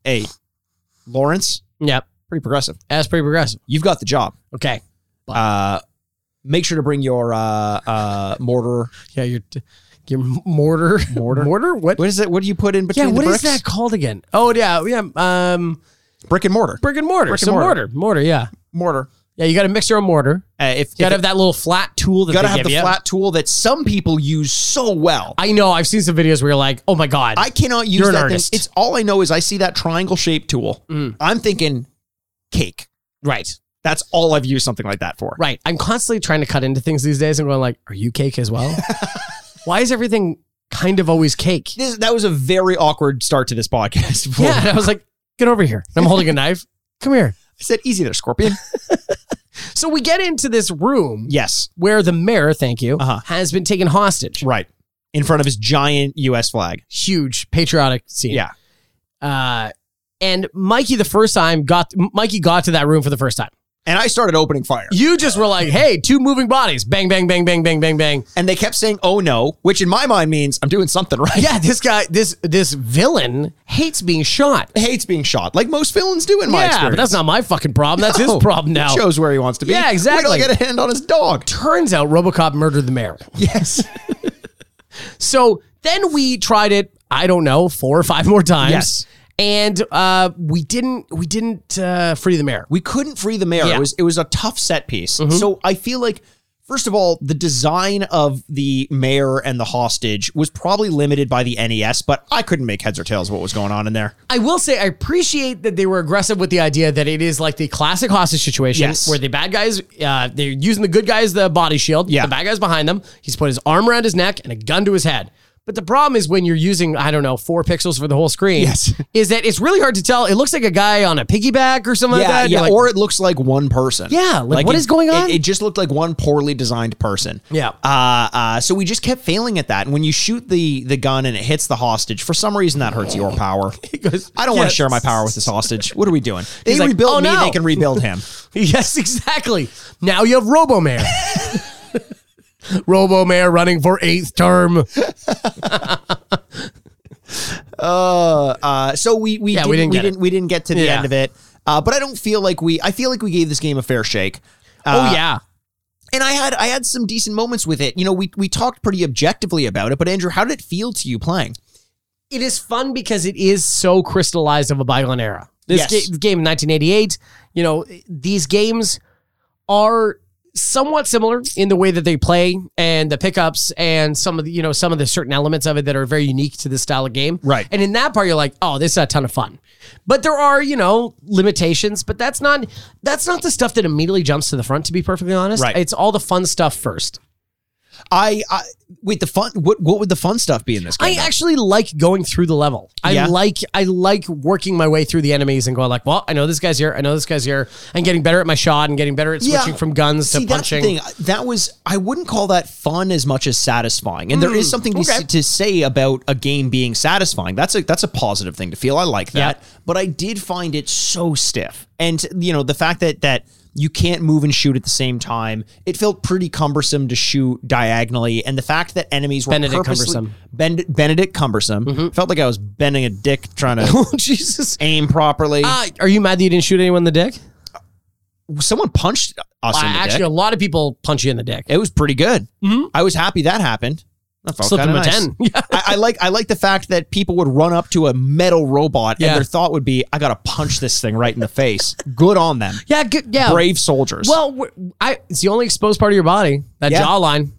C: "Hey, Lawrence,
D: Yep,
C: pretty progressive.
D: that's pretty progressive.
C: You've got the job.
D: Okay,
C: Uh, make sure to bring your uh, uh, mortar.
D: yeah, your your mortar, mortar, mortar. What?
C: What is it? What do you put in
D: yeah,
C: between?
D: what
C: the
D: is
C: bricks?
D: that called again? Oh yeah, yeah, um,
C: Brick and mortar.
D: brick and mortar.
C: Brick and
D: so
C: mortar.
D: mortar. mortar, yeah,
C: mortar.
D: yeah. You got to mix your own mortar.
C: Uh, if
D: You got to
C: if
D: have that little flat tool that
C: gotta
D: they
C: have
D: give
C: the
D: you.
C: flat tool that some people use so well.
D: I know. I've seen some videos where you're like, oh my god,
C: I cannot use
D: You're an
C: that thing.
D: artist. Mm.
C: It's all I know is I see that triangle shaped tool. I'm thinking cake.
D: right.
C: That's all I've used something like that for.
D: Right. I'm constantly trying to cut into things these days and going like, are you cake as well? Why is everything kind of always cake?
C: This, that was a very awkward start to this podcast.
D: Yeah. And I was like, get over here. And I'm holding a knife. Come here.
C: I said easy there, Scorpion.
D: So we get into this room
C: yes.
D: where the mayor, thank you,
C: Uh-huh.
D: has been taken hostage.
C: Right. In front of his giant US flag.
D: Huge patriotic scene.
C: Yeah.
D: Uh, and Mikey, the first time, got Mikey got to that room for the first time.
C: And I started opening fire.
D: You just were like, "Hey, two moving bodies, bang, bang, bang, bang, bang, bang, bang."
C: And they kept saying, oh no, which in my mind means I'm doing something right.
D: Yeah, this guy, this this villain hates being shot.
C: Hates being shot, like most villains do in my
D: yeah,
C: experience.
D: but that's not my fucking problem. That's
C: No.
D: his problem now.
C: He chose where he wants to be.
D: Yeah, exactly.
C: Wait till I get a hand on his dog.
D: Turns out Robocop murdered the mayor.
C: Yes.
D: So then we tried it, I don't know, four or five more times.
C: Yes.
D: And uh, we didn't we didn't uh, free the mayor.
C: We couldn't free the mayor.
D: Yeah. Mm-hmm.
C: It was it was a tough set piece. So I feel like first of all, the design of the mayor and the hostage was probably limited by the NES, but I couldn't make heads or tails of what was going on in there.
D: I will say I appreciate that they were aggressive with the idea that it is like the classic hostage situation
C: Yes.
D: where the bad guys uh, they're using the good guy as the body shield.
C: Yeah.
D: The bad guy's behind them. He's put his arm around his neck and a gun to his head. But the problem is when you're using, I don't know, four pixels for the whole screen,
C: Yes.
D: is that it's really hard to tell. It looks like a guy on a piggyback or something like that. and you're like,
C: or it looks like one person.
D: Yeah, like, what
C: it-
D: is going
C: it-
D: on?
C: It, just looked like one poorly designed person.
D: Yeah.
C: Uh, uh, so we just kept failing at that. And when you shoot the the gun and it hits the hostage, for some reason that hurts your power.
D: goes,
C: I don't want
D: "Yes."
C: to share my power with this hostage. What are we doing? They
D: like,
C: rebuild
D: "Oh,
C: me,
D: no."
C: they can rebuild him.
D: Yes, exactly. Now you have Robo Mayor. Robo Mayor running for eighth term.
C: Uh, uh, so we we
D: Yeah,
C: didn't,
D: we
C: we didn't
D: didn't
C: we
D: get it.
C: didn't, get to the
D: Yeah.
C: end of it. Uh, but I don't feel like we. I feel like we gave this game a fair shake. Uh,
D: oh yeah.
C: and I had I had some decent moments with it. You know, we we talked pretty objectively about it. But Andrew, how did it feel to you playing?
D: It is fun because it is so crystallized of a bygone era. This
C: Yes.
D: ga- game in 1988, you know, these games are somewhat similar in the way that they play and the pickups and some of the, you know, some of the certain elements of it that are very unique to this style of game.
C: Right.
D: And in that part, you're like, oh, this is a ton of fun. But there are, you know, limitations, but that's not, that's not the stuff that immediately jumps to the front, to be perfectly honest.
C: Right.
D: It's all the fun stuff first.
C: I, I wait the fun. What what would the fun stuff be in this
D: I
C: game?
D: actually like going through the level. I
C: Yeah.
D: like I like working my way through the enemies and going like, well, I know this guy's here, I know this guy's here, and getting better at my shot and getting better at
C: Yeah.
D: switching from guns to
C: See,
D: punching.
C: that's the thing. That was I wouldn't call that fun as much as satisfying. And there is something to,
D: Hmm. okay.
C: to say about a game being satisfying. That's a that's a positive thing to feel. I like that. But I did find it so stiff. And you know, the fact that that you can't move and shoot at the same time. It felt pretty cumbersome to shoot diagonally, and the fact that enemies were
D: Benedict
C: purposely-
D: cumbersome. Mm-hmm.
C: Ben, Benedict cumbersome felt like I was bending a dick trying to
D: Oh Jesus!
C: aim properly.
D: Uh, are you mad that you didn't shoot anyone in the dick?
C: Someone punched us
D: Uh,
C: in the
D: actually,
C: dick.
D: a lot of people punch you in the dick.
C: It was pretty good.
D: Mm-hmm.
C: I was happy that happened. That felt
D: Slip
C: kinda
D: them a
C: nice.
D: ten. Yeah.
C: I, I like I like the fact that people would run up to a metal robot
D: Yeah.
C: and their thought would be, "I gotta punch this thing right in the face." Good on them,
D: Yeah, good, yeah.
C: brave soldiers.
D: Oh. Well, w- I, it's the only exposed part of your body, that
C: Yeah.
D: jawline.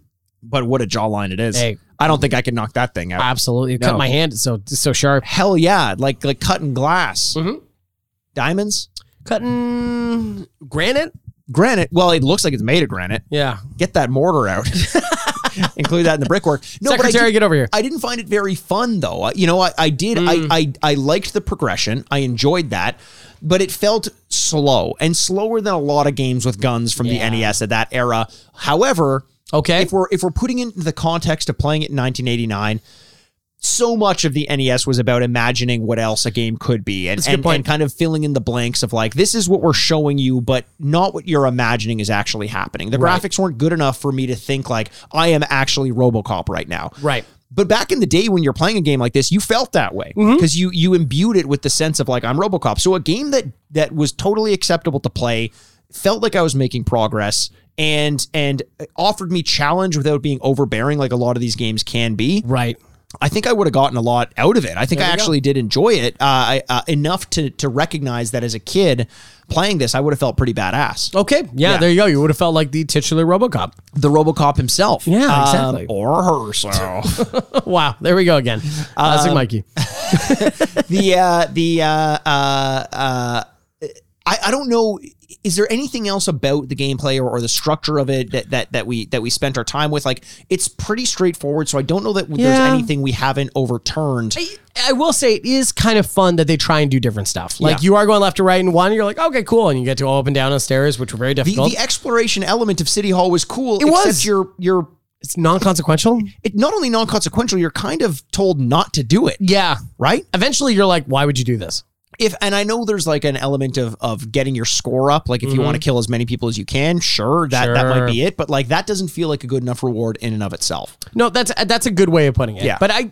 C: but what a jawline it is!
D: Hey.
C: I don't think I could knock that thing out.
D: Absolutely, it cut
C: No.
D: my hand. It's so it's so sharp.
C: Hell yeah, like like cutting glass,
D: Mm-hmm.
C: diamonds,
D: Cutting granite.
C: granite. Well, it looks like it's made of granite.
D: Yeah,
C: Get that mortar out. Include that in the brickwork. No, but I do-
D: secretary, get over here.
C: I didn't find it very fun though. I- You know, I, I did.
D: Hmm.
C: I, I I liked the progression. I enjoyed that, but it felt slow and slower than a lot of games with guns from
D: Yeah.
C: the NES at that era. However,
D: Okay,
C: if we're if we're putting it into the context of playing it in 1989. So much of the NES was about imagining what else a game could be and,
D: a good
C: and,
D: point.
C: and kind of filling in the blanks of like, this is what we're showing you, but not what you're imagining is actually happening. The
D: Right.
C: graphics weren't good enough for me to think like, I am actually Robocop right now.
D: right.
C: But back in the day when you're playing a game like this, you felt that way
D: Mm-hmm.
C: because you you imbued it with the sense of like I'm RoboCop. So a game that that was totally acceptable to play felt like I was making progress and and offered me challenge without being overbearing like a lot of these games can be.
D: Right.
C: I think I would have gotten a lot out of it. I think I
D: you go.
C: actually did enjoy it uh, I, uh, enough to to recognize that as a kid playing this, I would have felt pretty badass.
D: Okay. Yeah,
C: Yeah.
D: there you go. You would have felt like the titular Robocop.
C: The RoboCop himself,
D: Yeah,
C: um,
D: exactly.
C: or herself.
D: wow. There we go again. Classic Mikey.
C: the uh, the uh, uh, uh, I, I don't know. Is there anything else about the gameplay or, or the structure of it that, that that we that we spent our time with? Like, it's pretty straightforward. So I don't know that
D: Yeah.
C: there's anything we haven't overturned.
D: I, I will say it is kind of fun that they try and do different stuff. Like
C: Yeah.
D: you are going left to right and one, you're like, okay, cool. And you get to all up and down on stairs, which were very
C: The,
D: difficult.
C: the exploration element of City Hall was cool. It
D: was.
C: Except you're you're
D: it's non consequential.
C: it not only non consequential. You're kind of told not to do it,
D: Yeah.
C: right?
D: Eventually you're like, why would you do this?
C: if and I know there's like an element of of getting your score up. Like if you want to kill as many people as you can, sure, that that
D: Mm-hmm. Sure.
C: might be it. But like that doesn't feel like a good enough reward in and of itself.
D: No, that's that's a good way of putting it.
C: Yeah.
D: But I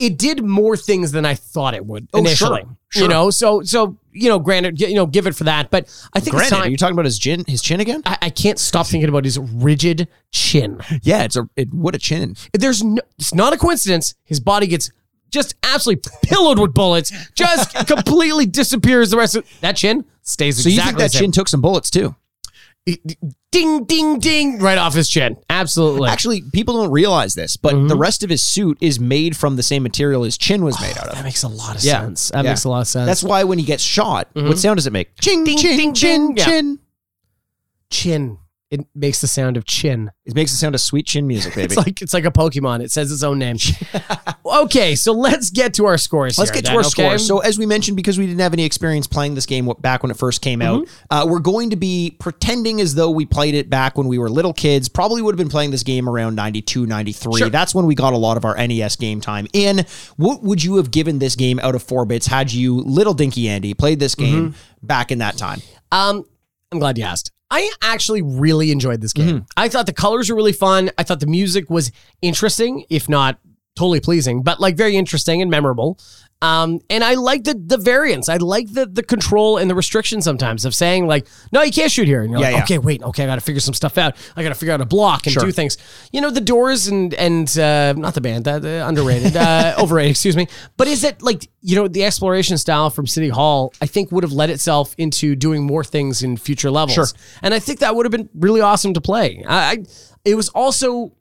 D: it did more things than I thought it would
C: Oh,
D: initially.
C: sure.
D: You
C: Sure.
D: know, so so you know, granted, you know, give it for that. But I think it's
C: Granted, are
D: time.
C: you talking about his chin his chin again?
D: I, I can't stop thinking about his rigid chin.
C: Yeah, it's a it, what a chin.
D: there's no, it's not a coincidence. His body gets just absolutely pillowed with bullets, just completely disappears. The rest of that chin stays
C: So you
D: exactly
C: think that chin took some bullets too?
D: chin? Ding, ding, ding, right off his chin. Absolutely.
C: Actually, people don't realize this, but the rest of his suit is made from the same material his chin was made out of.
D: that makes a lot of
C: Yeah.
D: sense. That
C: Yeah.
D: makes a lot of sense.
C: Oh, That's Mm-hmm. why when he gets shot, what sound does it make? Ching,
D: Ding,
C: ching,
D: ding,
C: chin,
D: ding. Yeah.
C: chin.
D: chin. It makes the sound of chin.
C: It makes the sound of sweet chin music, baby.
D: It's like it's like a Pokemon. It says its own name. okay, so let's get to our scores.
C: Let's
D: here
C: get to
D: then,
C: our
D: okay?
C: scores. So, as we mentioned, because we didn't have any experience playing this game wh- back when it first came out,
D: Mm-hmm.
C: uh, we're going to be pretending as though we played it back when we were little kids. Probably would have been playing this game around 92, 93.
D: Sure.
C: That's when we got a lot of our NES game time in. What would you have given this game out of four bits had you, little Dinky Andy, played this game
D: Mm-hmm.
C: back in that time?
D: Um, I'm glad you asked. I actually
C: Mm-hmm.
D: really enjoyed this game. I thought the colors were really fun. I thought the music was interesting, if not totally pleasing, but like very interesting and memorable. Um, and I like the the variance. I like the the control and the restriction sometimes of saying like, no, you can't shoot here. And you're
C: Yeah,
D: like,
C: yeah.
D: okay, wait, okay, I got to figure some stuff out. I got to figure out a block and do things. You know, the Doors and and uh, not the band that uh, underrated, uh, overrated, excuse me. But is it like you know the exploration style from City Hall? I think would have led itself into doing more things in future levels.
C: Sure.
D: And I think that would have been really awesome to play. I, I it was also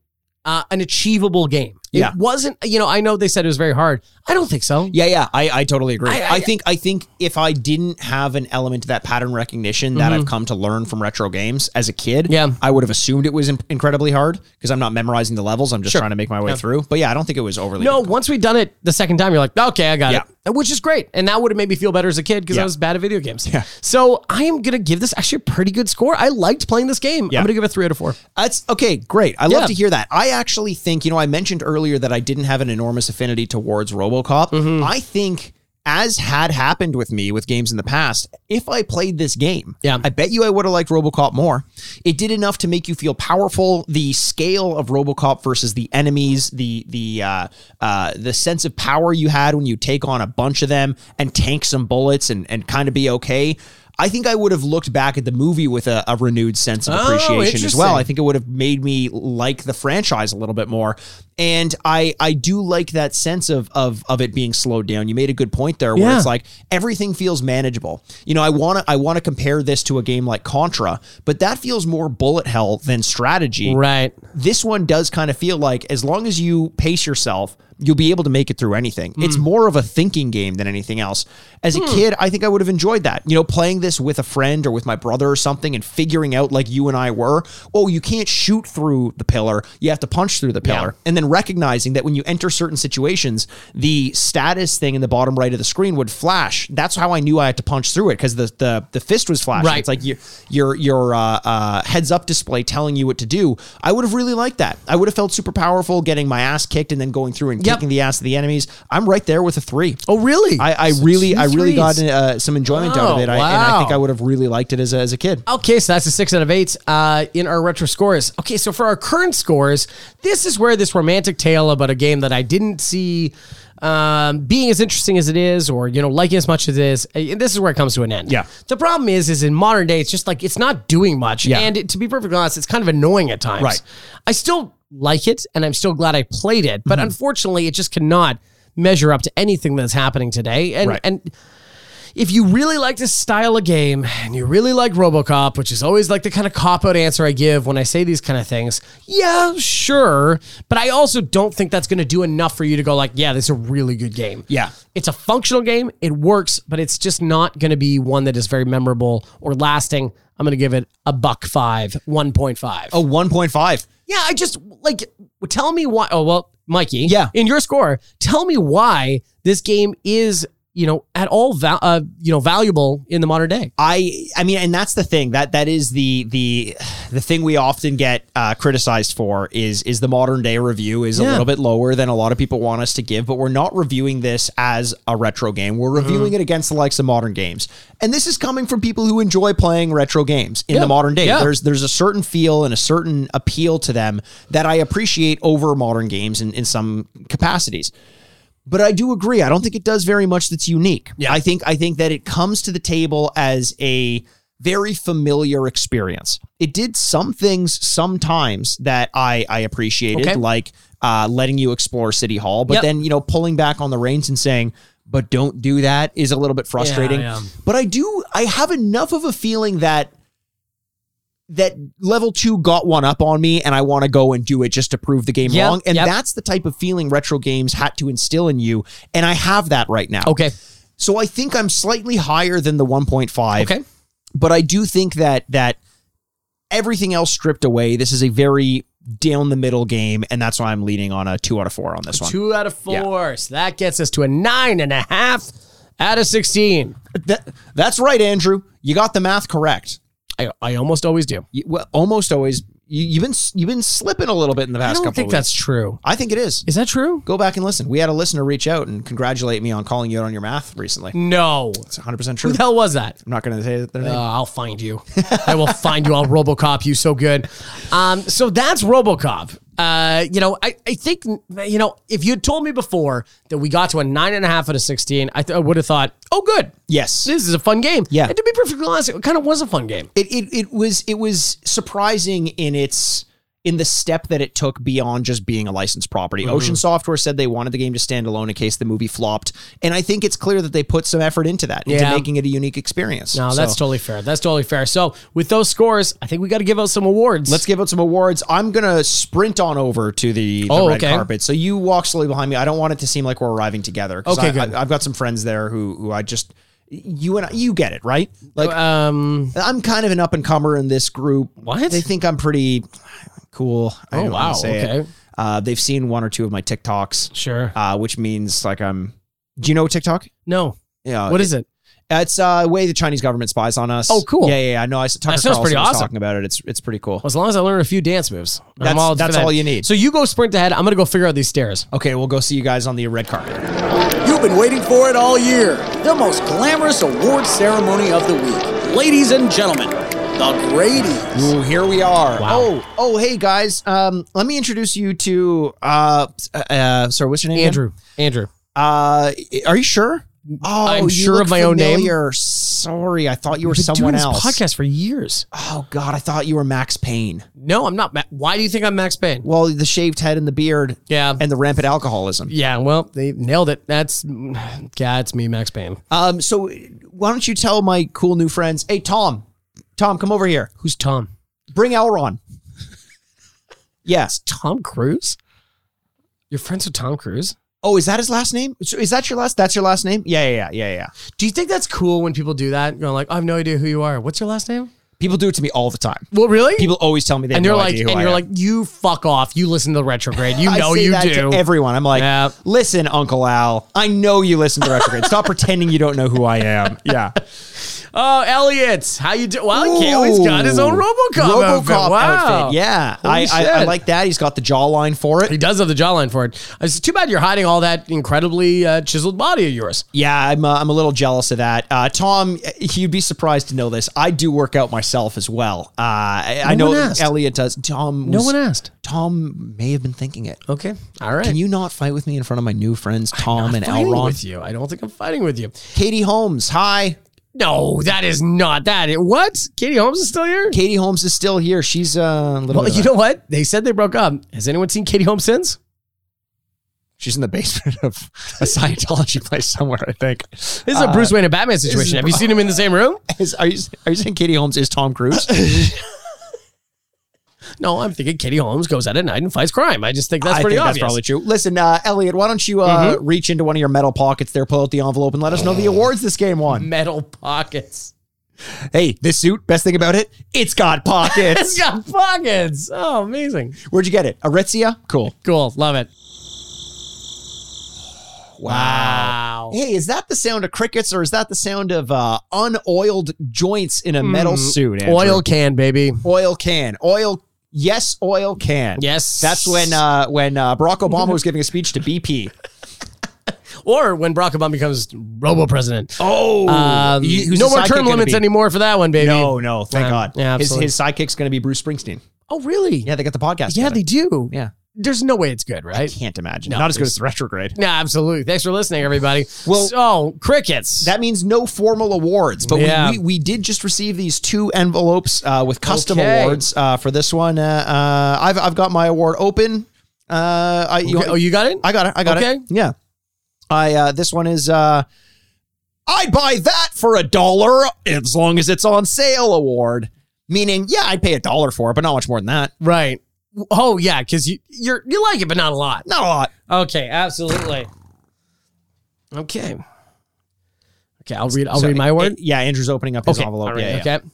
D: uh, an achievable game. It
C: Yeah.
D: wasn't, you know, I know they said it was very hard. I don't think so.
C: Yeah, yeah, I, I totally agree. I,
D: I- I-
C: think I think if I didn't have an element to that pattern recognition that I've come to learn from retro games as a kid,
D: Mm-hmm. Yeah.
C: I would have assumed it was in- incredibly hard because I'm not memorizing the levels. I'm just trying to make my way through. But yeah, I don't think it was overly.
D: No, once we'd done it the second time, you're like, okay, I got
C: Yeah.
D: it, which is great. And that would have made me feel better as a kid because
C: Yeah.
D: I was bad at video games.
C: Yeah.
D: So I am going to give this actually a pretty good score. I liked playing this game.
C: Yeah.
D: I'm going to give it a three out of four.
C: That's okay, great. I
D: Yeah.
C: love to hear that. I actually think, you know, I mentioned earlier that I didn't have an enormous affinity towards RoboCop.
D: Mm-hmm.
C: I think as had happened with me with games in the past, if I played this game,
D: Yeah.
C: I bet you I would have liked RoboCop more. It did enough to make you feel powerful. The scale of RoboCop versus the enemies, the the uh, uh, the sense of power you had when you take on a bunch of them and tank some bullets and and kind of be okay. I think I would have looked back at the movie with a, a renewed sense of
D: Oh,
C: appreciation as well.
D: interesting.
C: I think it would have made me like the franchise a little bit more. And I I do like that sense of of of it being slowed down. You made a good point there where
D: Yeah.
C: it's like everything feels manageable. You know, I want to I want to compare this to a game like Contra, but that feels more bullet hell than strategy.
D: Right.
C: This one does kind of feel like as long as you pace yourself, you'll be able to make it through anything. It's more of a thinking game than anything else. As a kid, I think I would have enjoyed that. You know, playing this with a friend or with my brother or something and figuring out like you and I were, oh, you can't shoot through the pillar. You have to punch through the pillar. And then recognizing that when you enter certain situations, the status thing in the bottom right of the screen would flash. That's how I knew I had to punch through it because the, the the fist was flashing.
D: Right.
C: It's like your your your uh, uh, heads up display telling you what to do. I would have really liked that. I would have felt super powerful getting my ass kicked and then going through and
D: Yep.
C: kicking the ass of the enemies. I'm right there with a three.
D: Oh, really?
C: I, I really, I really
D: threes.
C: got uh, some enjoyment out of
D: Oh,
C: it, I, and I think
D: wow.
C: I would have really liked it as a, as a kid.
D: Okay, so that's a six out of eight uh, in our retro scores. Okay, so for our current scores, this is where this romantic tale about a game that I didn't see um, being as interesting as it is, or you know, liking as much as it is, uh, this is where it comes to an end.
C: Yeah.
D: The problem is, is in modern day, it's just like it's not doing much,
C: Yeah.
D: and it, to be perfectly honest, it's kind of annoying at times.
C: Right.
D: I still like it, and I'm still glad I played it,
C: Mm-hmm.
D: but unfortunately, it just cannot measure up to anything that's happening today, and
C: Right.
D: and if you really like this style of game and you really like RoboCop, which is always like the kind of cop out answer I give when I say these kind of things, yeah, sure. But I also don't think that's going to do enough for you to go like, yeah, this is a really good game.
C: Yeah.
D: It's a functional game. It works, but it's just not going to be one that is very memorable or lasting. I'm going to give it a buck five, 1.5.
C: A one point five.
D: Yeah, I just like tell me why. Oh well, Mikey.
C: Yeah.
D: in your score, tell me why this game is you know at all val- uh, you know valuable in the modern day.
C: I I mean, and that's the thing that that is the the the thing we often get uh, criticized for is is the modern day review is a
D: Yeah.
C: little bit lower than a lot of people want us to give, but we're not reviewing this as a retro game. We're
D: Mm-hmm.
C: reviewing it against the likes of modern games, and this is coming from people who enjoy playing retro games in
D: Yeah.
C: the modern day.
D: Yeah.
C: There's there's a certain feel and a certain appeal to them that I appreciate over modern games in, in some capacities but I do agree. I don't think it does very much that's unique. I think I think that it comes to the table as a very familiar experience. It did some things sometimes that I I appreciated,
D: Okay.
C: like uh, letting you explore City Hall, but
D: Yep.
C: then you know pulling back on the reins and saying. But don't do that is a little bit frustrating.
D: yeah.
C: But I do, I have enough of a feeling that that level two got one up on me and I want to go and do it just to prove the game
D: Yep,
C: wrong. And
D: yep.
C: that's the type of feeling retro games had to instill in you. And I have that right now.
D: Okay.
C: So I think I'm slightly higher than the 1.5.
D: Okay.
C: But I do think that that everything else stripped away, this is a very down the middle game. And that's why I'm leaning on a two out of four on this one.
D: Two out of four. So that gets us to a nine and a half out of sixteen.
C: That- that's right, Andrew. You got the math correct.
D: I, I almost always do.
C: You, well, almost always. You, you've been s- you've been slipping a little bit in the
D: I
C: past
D: don't
C: couple
D: think
C: of weeks.
D: that's true.
C: I think it is.
D: Is that true?
C: Go back and listen. We had a listener reach out and congratulate me on calling you out on your math recently.
D: No.
C: It's 100%
D: Mm. Who
C: true.
D: the hell was that?
C: I'm not going to say their name.
D: Uh, I'll find you. I will find you. I'll RoboCop you so good. Um, so that's RoboCop. Uh, you know, I, I think, you know, if you had told me before that we got to a nine and a half out of 16, I, th- I would have thought, oh, good.
C: Yes.
D: This is a fun game.
C: Yeah.
D: And to be perfectly honest, it kind of was a fun game.
C: it, it it was it was surprising in its in the step that it took beyond just being a licensed property.
D: Mm-hmm.
C: Ocean Software said they wanted the game to stand alone in case the movie flopped, and I think it's clear that they put some effort into that, into
D: Yeah.
C: making it a unique experience.
D: No, that's
C: So,
D: totally fair. That's totally fair. So, with those scores, I think we got to give out some awards.
C: Let's give out some awards. I'm gonna sprint on over to the, the
D: Oh,
C: red
D: okay.
C: carpet. So you walk slowly behind me. I don't want it to seem like we're arriving together. 'cause
D: Okay,
C: I,
D: good.
C: I, have got some friends there who who I just you and I, you get it right. Like
D: Um,
C: I'm kind of an up and comer in this group.
D: What?
C: They think I'm pretty cool. I don't wanna
D: oh, wow,
C: say it.
D: okay.
C: Uh, they've seen one or two of my TikToks,
D: sure.
C: uh, which means like I'm. Do you know TikTok?
D: no.
C: Yeah.
D: what is it?
C: It's a uh, way the Chinese government spies on us.
D: Oh, cool.
C: Yeah, yeah. yeah. I know. I Tucker
D: That sounds
C: Carlson
D: pretty
C: was
D: awesome.
C: talking about it. It's it's pretty cool.
D: Well, as long as I learn a few dance moves, I'm
C: That's-
D: all
C: that's
D: for that.
C: all you need.
D: So you go sprint ahead. I'm gonna go figure out these stairs.
C: Okay, we'll go see you guys on the red carpet.
B: You've been waiting for it all year. The most glamorous award ceremony of the week. Ladies and gentlemen, the Grady's.
C: Ooh, here we are.
D: Wow.
C: Oh, oh, hey guys. Um, let me introduce you to uh, uh, uh sorry, what's your name? again?
D: Andrew, Andrew,
C: Uh, are you sure? Oh,
D: I'm
C: you
D: sure
C: look
D: of my own name.
C: familiar. Sorry, I thought you were
D: We've been
C: someone
D: doing
C: else.
D: This podcast for years.
C: Oh God, I thought you were Max Payne.
D: No, I'm not. Ma- Why do you think I'm Max Payne?
C: Well, the shaved head and the beard,
D: Yeah.
C: and the rampant alcoholism.
D: Yeah, well, they nailed it. That's yeah, it's me, Max Payne.
C: Um, so why don't you tell my cool new friends? Hey, Tom, Tom, come over here.
D: Who's Tom?
C: Bring Elron. Yes.
D: Tom Cruise? You're friends with Tom Cruise?
C: Oh, is that his last name? So is that your last? That's your last name? Yeah, yeah, yeah, yeah, yeah.
D: Do you think that's cool when people do that? Going like, I have no idea who you are. What's your last name?
C: People do it to me all the time.
D: Well, really?
C: People always tell me they have
D: and you're
C: no
D: like,
C: idea
D: and
C: who I
D: you're
C: am.
D: like, you fuck off. You listen to the retrograde. You know
C: I say
D: you
C: that
D: do.
C: to everyone. I'm like,
D: Yeah.
C: listen, Uncle Al, I know you listen to Retrograde. Stop pretending you don't know who I am. Yeah.
D: oh, Elliot, how you do? Wow, Gailey's got his own
C: Ooh.
D: RoboCop, outfit.
C: RoboCop
D: Wow.
C: outfit. Yeah. I, I, I
D: shit.
C: like that. He's got the jawline for
D: He
C: it.
D: does have the jawline for it. It's too bad you're hiding all that incredibly uh, chiseled body of yours.
C: Yeah, I'm, uh, I'm a little jealous of that. Uh, Tom, you'd be surprised to know this. I do work out myself as well. Uh, I, I
D: No
C: know
D: one asked.
C: Elliot does. Tom,
D: No
C: was-
D: one asked.
C: Tom may have been thinking it.
D: Okay. All right.
C: Can you not fight with me in front of my new friends, Tom and
D: fighting
C: Elron?
D: with you? I don't think I'm fighting with you.
C: Katie Holmes, hi.
D: No, that is not that. It, what? Katie Holmes is still here?
C: Katie Holmes is still here. She's uh, a little.
D: Well,
C: bit of
D: you
C: a-
D: know what? They said they broke up. Has anyone seen Katie Holmes since?
C: She's in the basement of a Scientology place somewhere, I think.
D: This is
C: Uh,
D: a Bruce Wayne and Batman situation. Have you seen him in the same room?
C: Is- are, you, are you saying Katie Holmes is Tom Cruise?
D: No, I'm thinking Katie Holmes goes out at night and fights crime. I just think that's
C: I
D: pretty
C: think That's
D: obvious.
C: probably true. Listen, uh, Elliot, why don't you uh, reach into one of your metal pockets there, pull out the envelope, and let us know the awards this game won.
D: Metal pockets.
C: Mm-hmm. Hey, this suit, best thing about it, it's got pockets.
D: It's got pockets. Oh, amazing.
C: Where'd you get it? Aritzia? Cool.
D: Cool. Love it.
C: Wow. Hey, is that the sound of crickets or is that the sound of uh, unoiled joints in a metal suit? Andrew?
D: Mm, Oil can, baby.
C: oil can, oil. Yes, oil can.
D: Yes.
C: that's when uh, when uh, Barack Obama was giving a speech to BP.
D: Or when Barack Obama becomes robo president.
C: Oh,
D: Um, no more term limits anymore for that one, baby.
C: No, no, thank
D: Um,
C: God.
D: yeah,
C: his,
D: absolutely.
C: his sidekick's going to be Bruce Springsteen.
D: Oh, really?
C: Yeah, they got the podcast.
D: Yeah,
C: together.
D: they do.
C: Yeah.
D: There's no way it's good, right?
C: can't imagine.
D: No,
C: Not as good
D: there's-
C: as the retrograde.
D: No, absolutely. Thanks for listening, everybody.
C: Well-
D: so crickets.
C: That means no formal awards, but
D: Yeah.
C: we, we, we did just receive these two envelopes uh, with custom
D: Okay.
C: awards uh, for this one. Uh, uh, I've I've got my award open. Uh, I you,
D: You- oh, you got it.
C: I got it. I got
D: Okay.
C: it. Yeah. I uh this one is uh I'd buy that for a dollar as long as it's on sale award. Meaning, yeah, I'd pay a dollar for it, but not much more than that.
D: right. Oh yeah, because you you're you like it, but not a lot.
C: Not a lot.
D: Okay, absolutely. Okay. Okay, I'll read. I'll
C: So,
D: read my
C: uh,
D: word.
C: yeah, Andrew's opening up his envelope.
D: all right,
C: yeah, yeah.
D: Okay.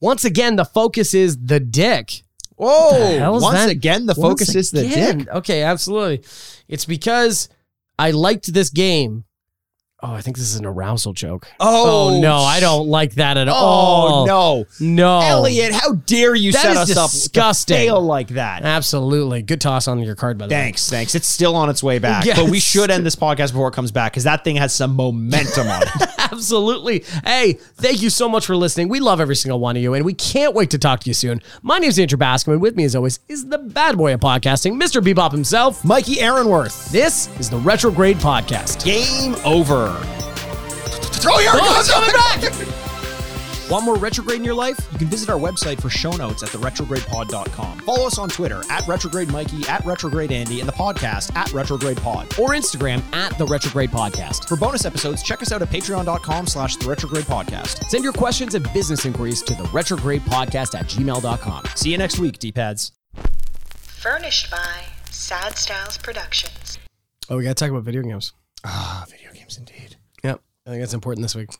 D: Once again, the focus is the dick. the
C: Whoa.
D: hell is
C: once
D: that?
C: again, the
D: Once
C: focus is the
D: again.
C: dick.
D: Okay, absolutely. It's because I liked this game. Oh, I think this is an arousal joke.
C: Oh,
D: no, I don't like that at
C: Oh,
D: all.
C: no.
D: no,
C: Elliot, how dare you
D: That
C: set
D: is
C: us up with a
D: disgusting. Ah.
C: fail like that?
D: Absolutely, good toss on your card by the way.
C: Thanks, thanks. It's still on its way back,
D: Yes.
C: but we should end this podcast before it comes back because that thing has some momentum on it.
D: Absolutely. Hey, thank you so much for listening. We love every single one of you, and we can't wait to talk to you soon. My name's Andrew Bascom, and with me, as always, is the bad boy of podcasting, Mr. Bebop himself.
C: Mikey Aaronworth,
D: This is the Retrograde Podcast.
C: game over. Throw your
D: Oh, it's coming back!
C: Want more retrograde in your life? You can visit our website for show notes at theretrogradepod.com. Follow us on Twitter at retrograde Mikey, at retrograde Andy, and the podcast at retrograde pod.
D: Or Instagram at the Retrograde Podcast.
C: For bonus episodes, check us out at patreon.com slash the retrograde podcast.
D: Send your questions and business inquiries to the retrograde podcast at gmail.com.
C: See you next week, D-pads.
A: Furnished by Sad Styles Productions.
D: Oh, we got to talk about video games.
C: Ah, video games indeed.
D: Yep. I think that's important this week.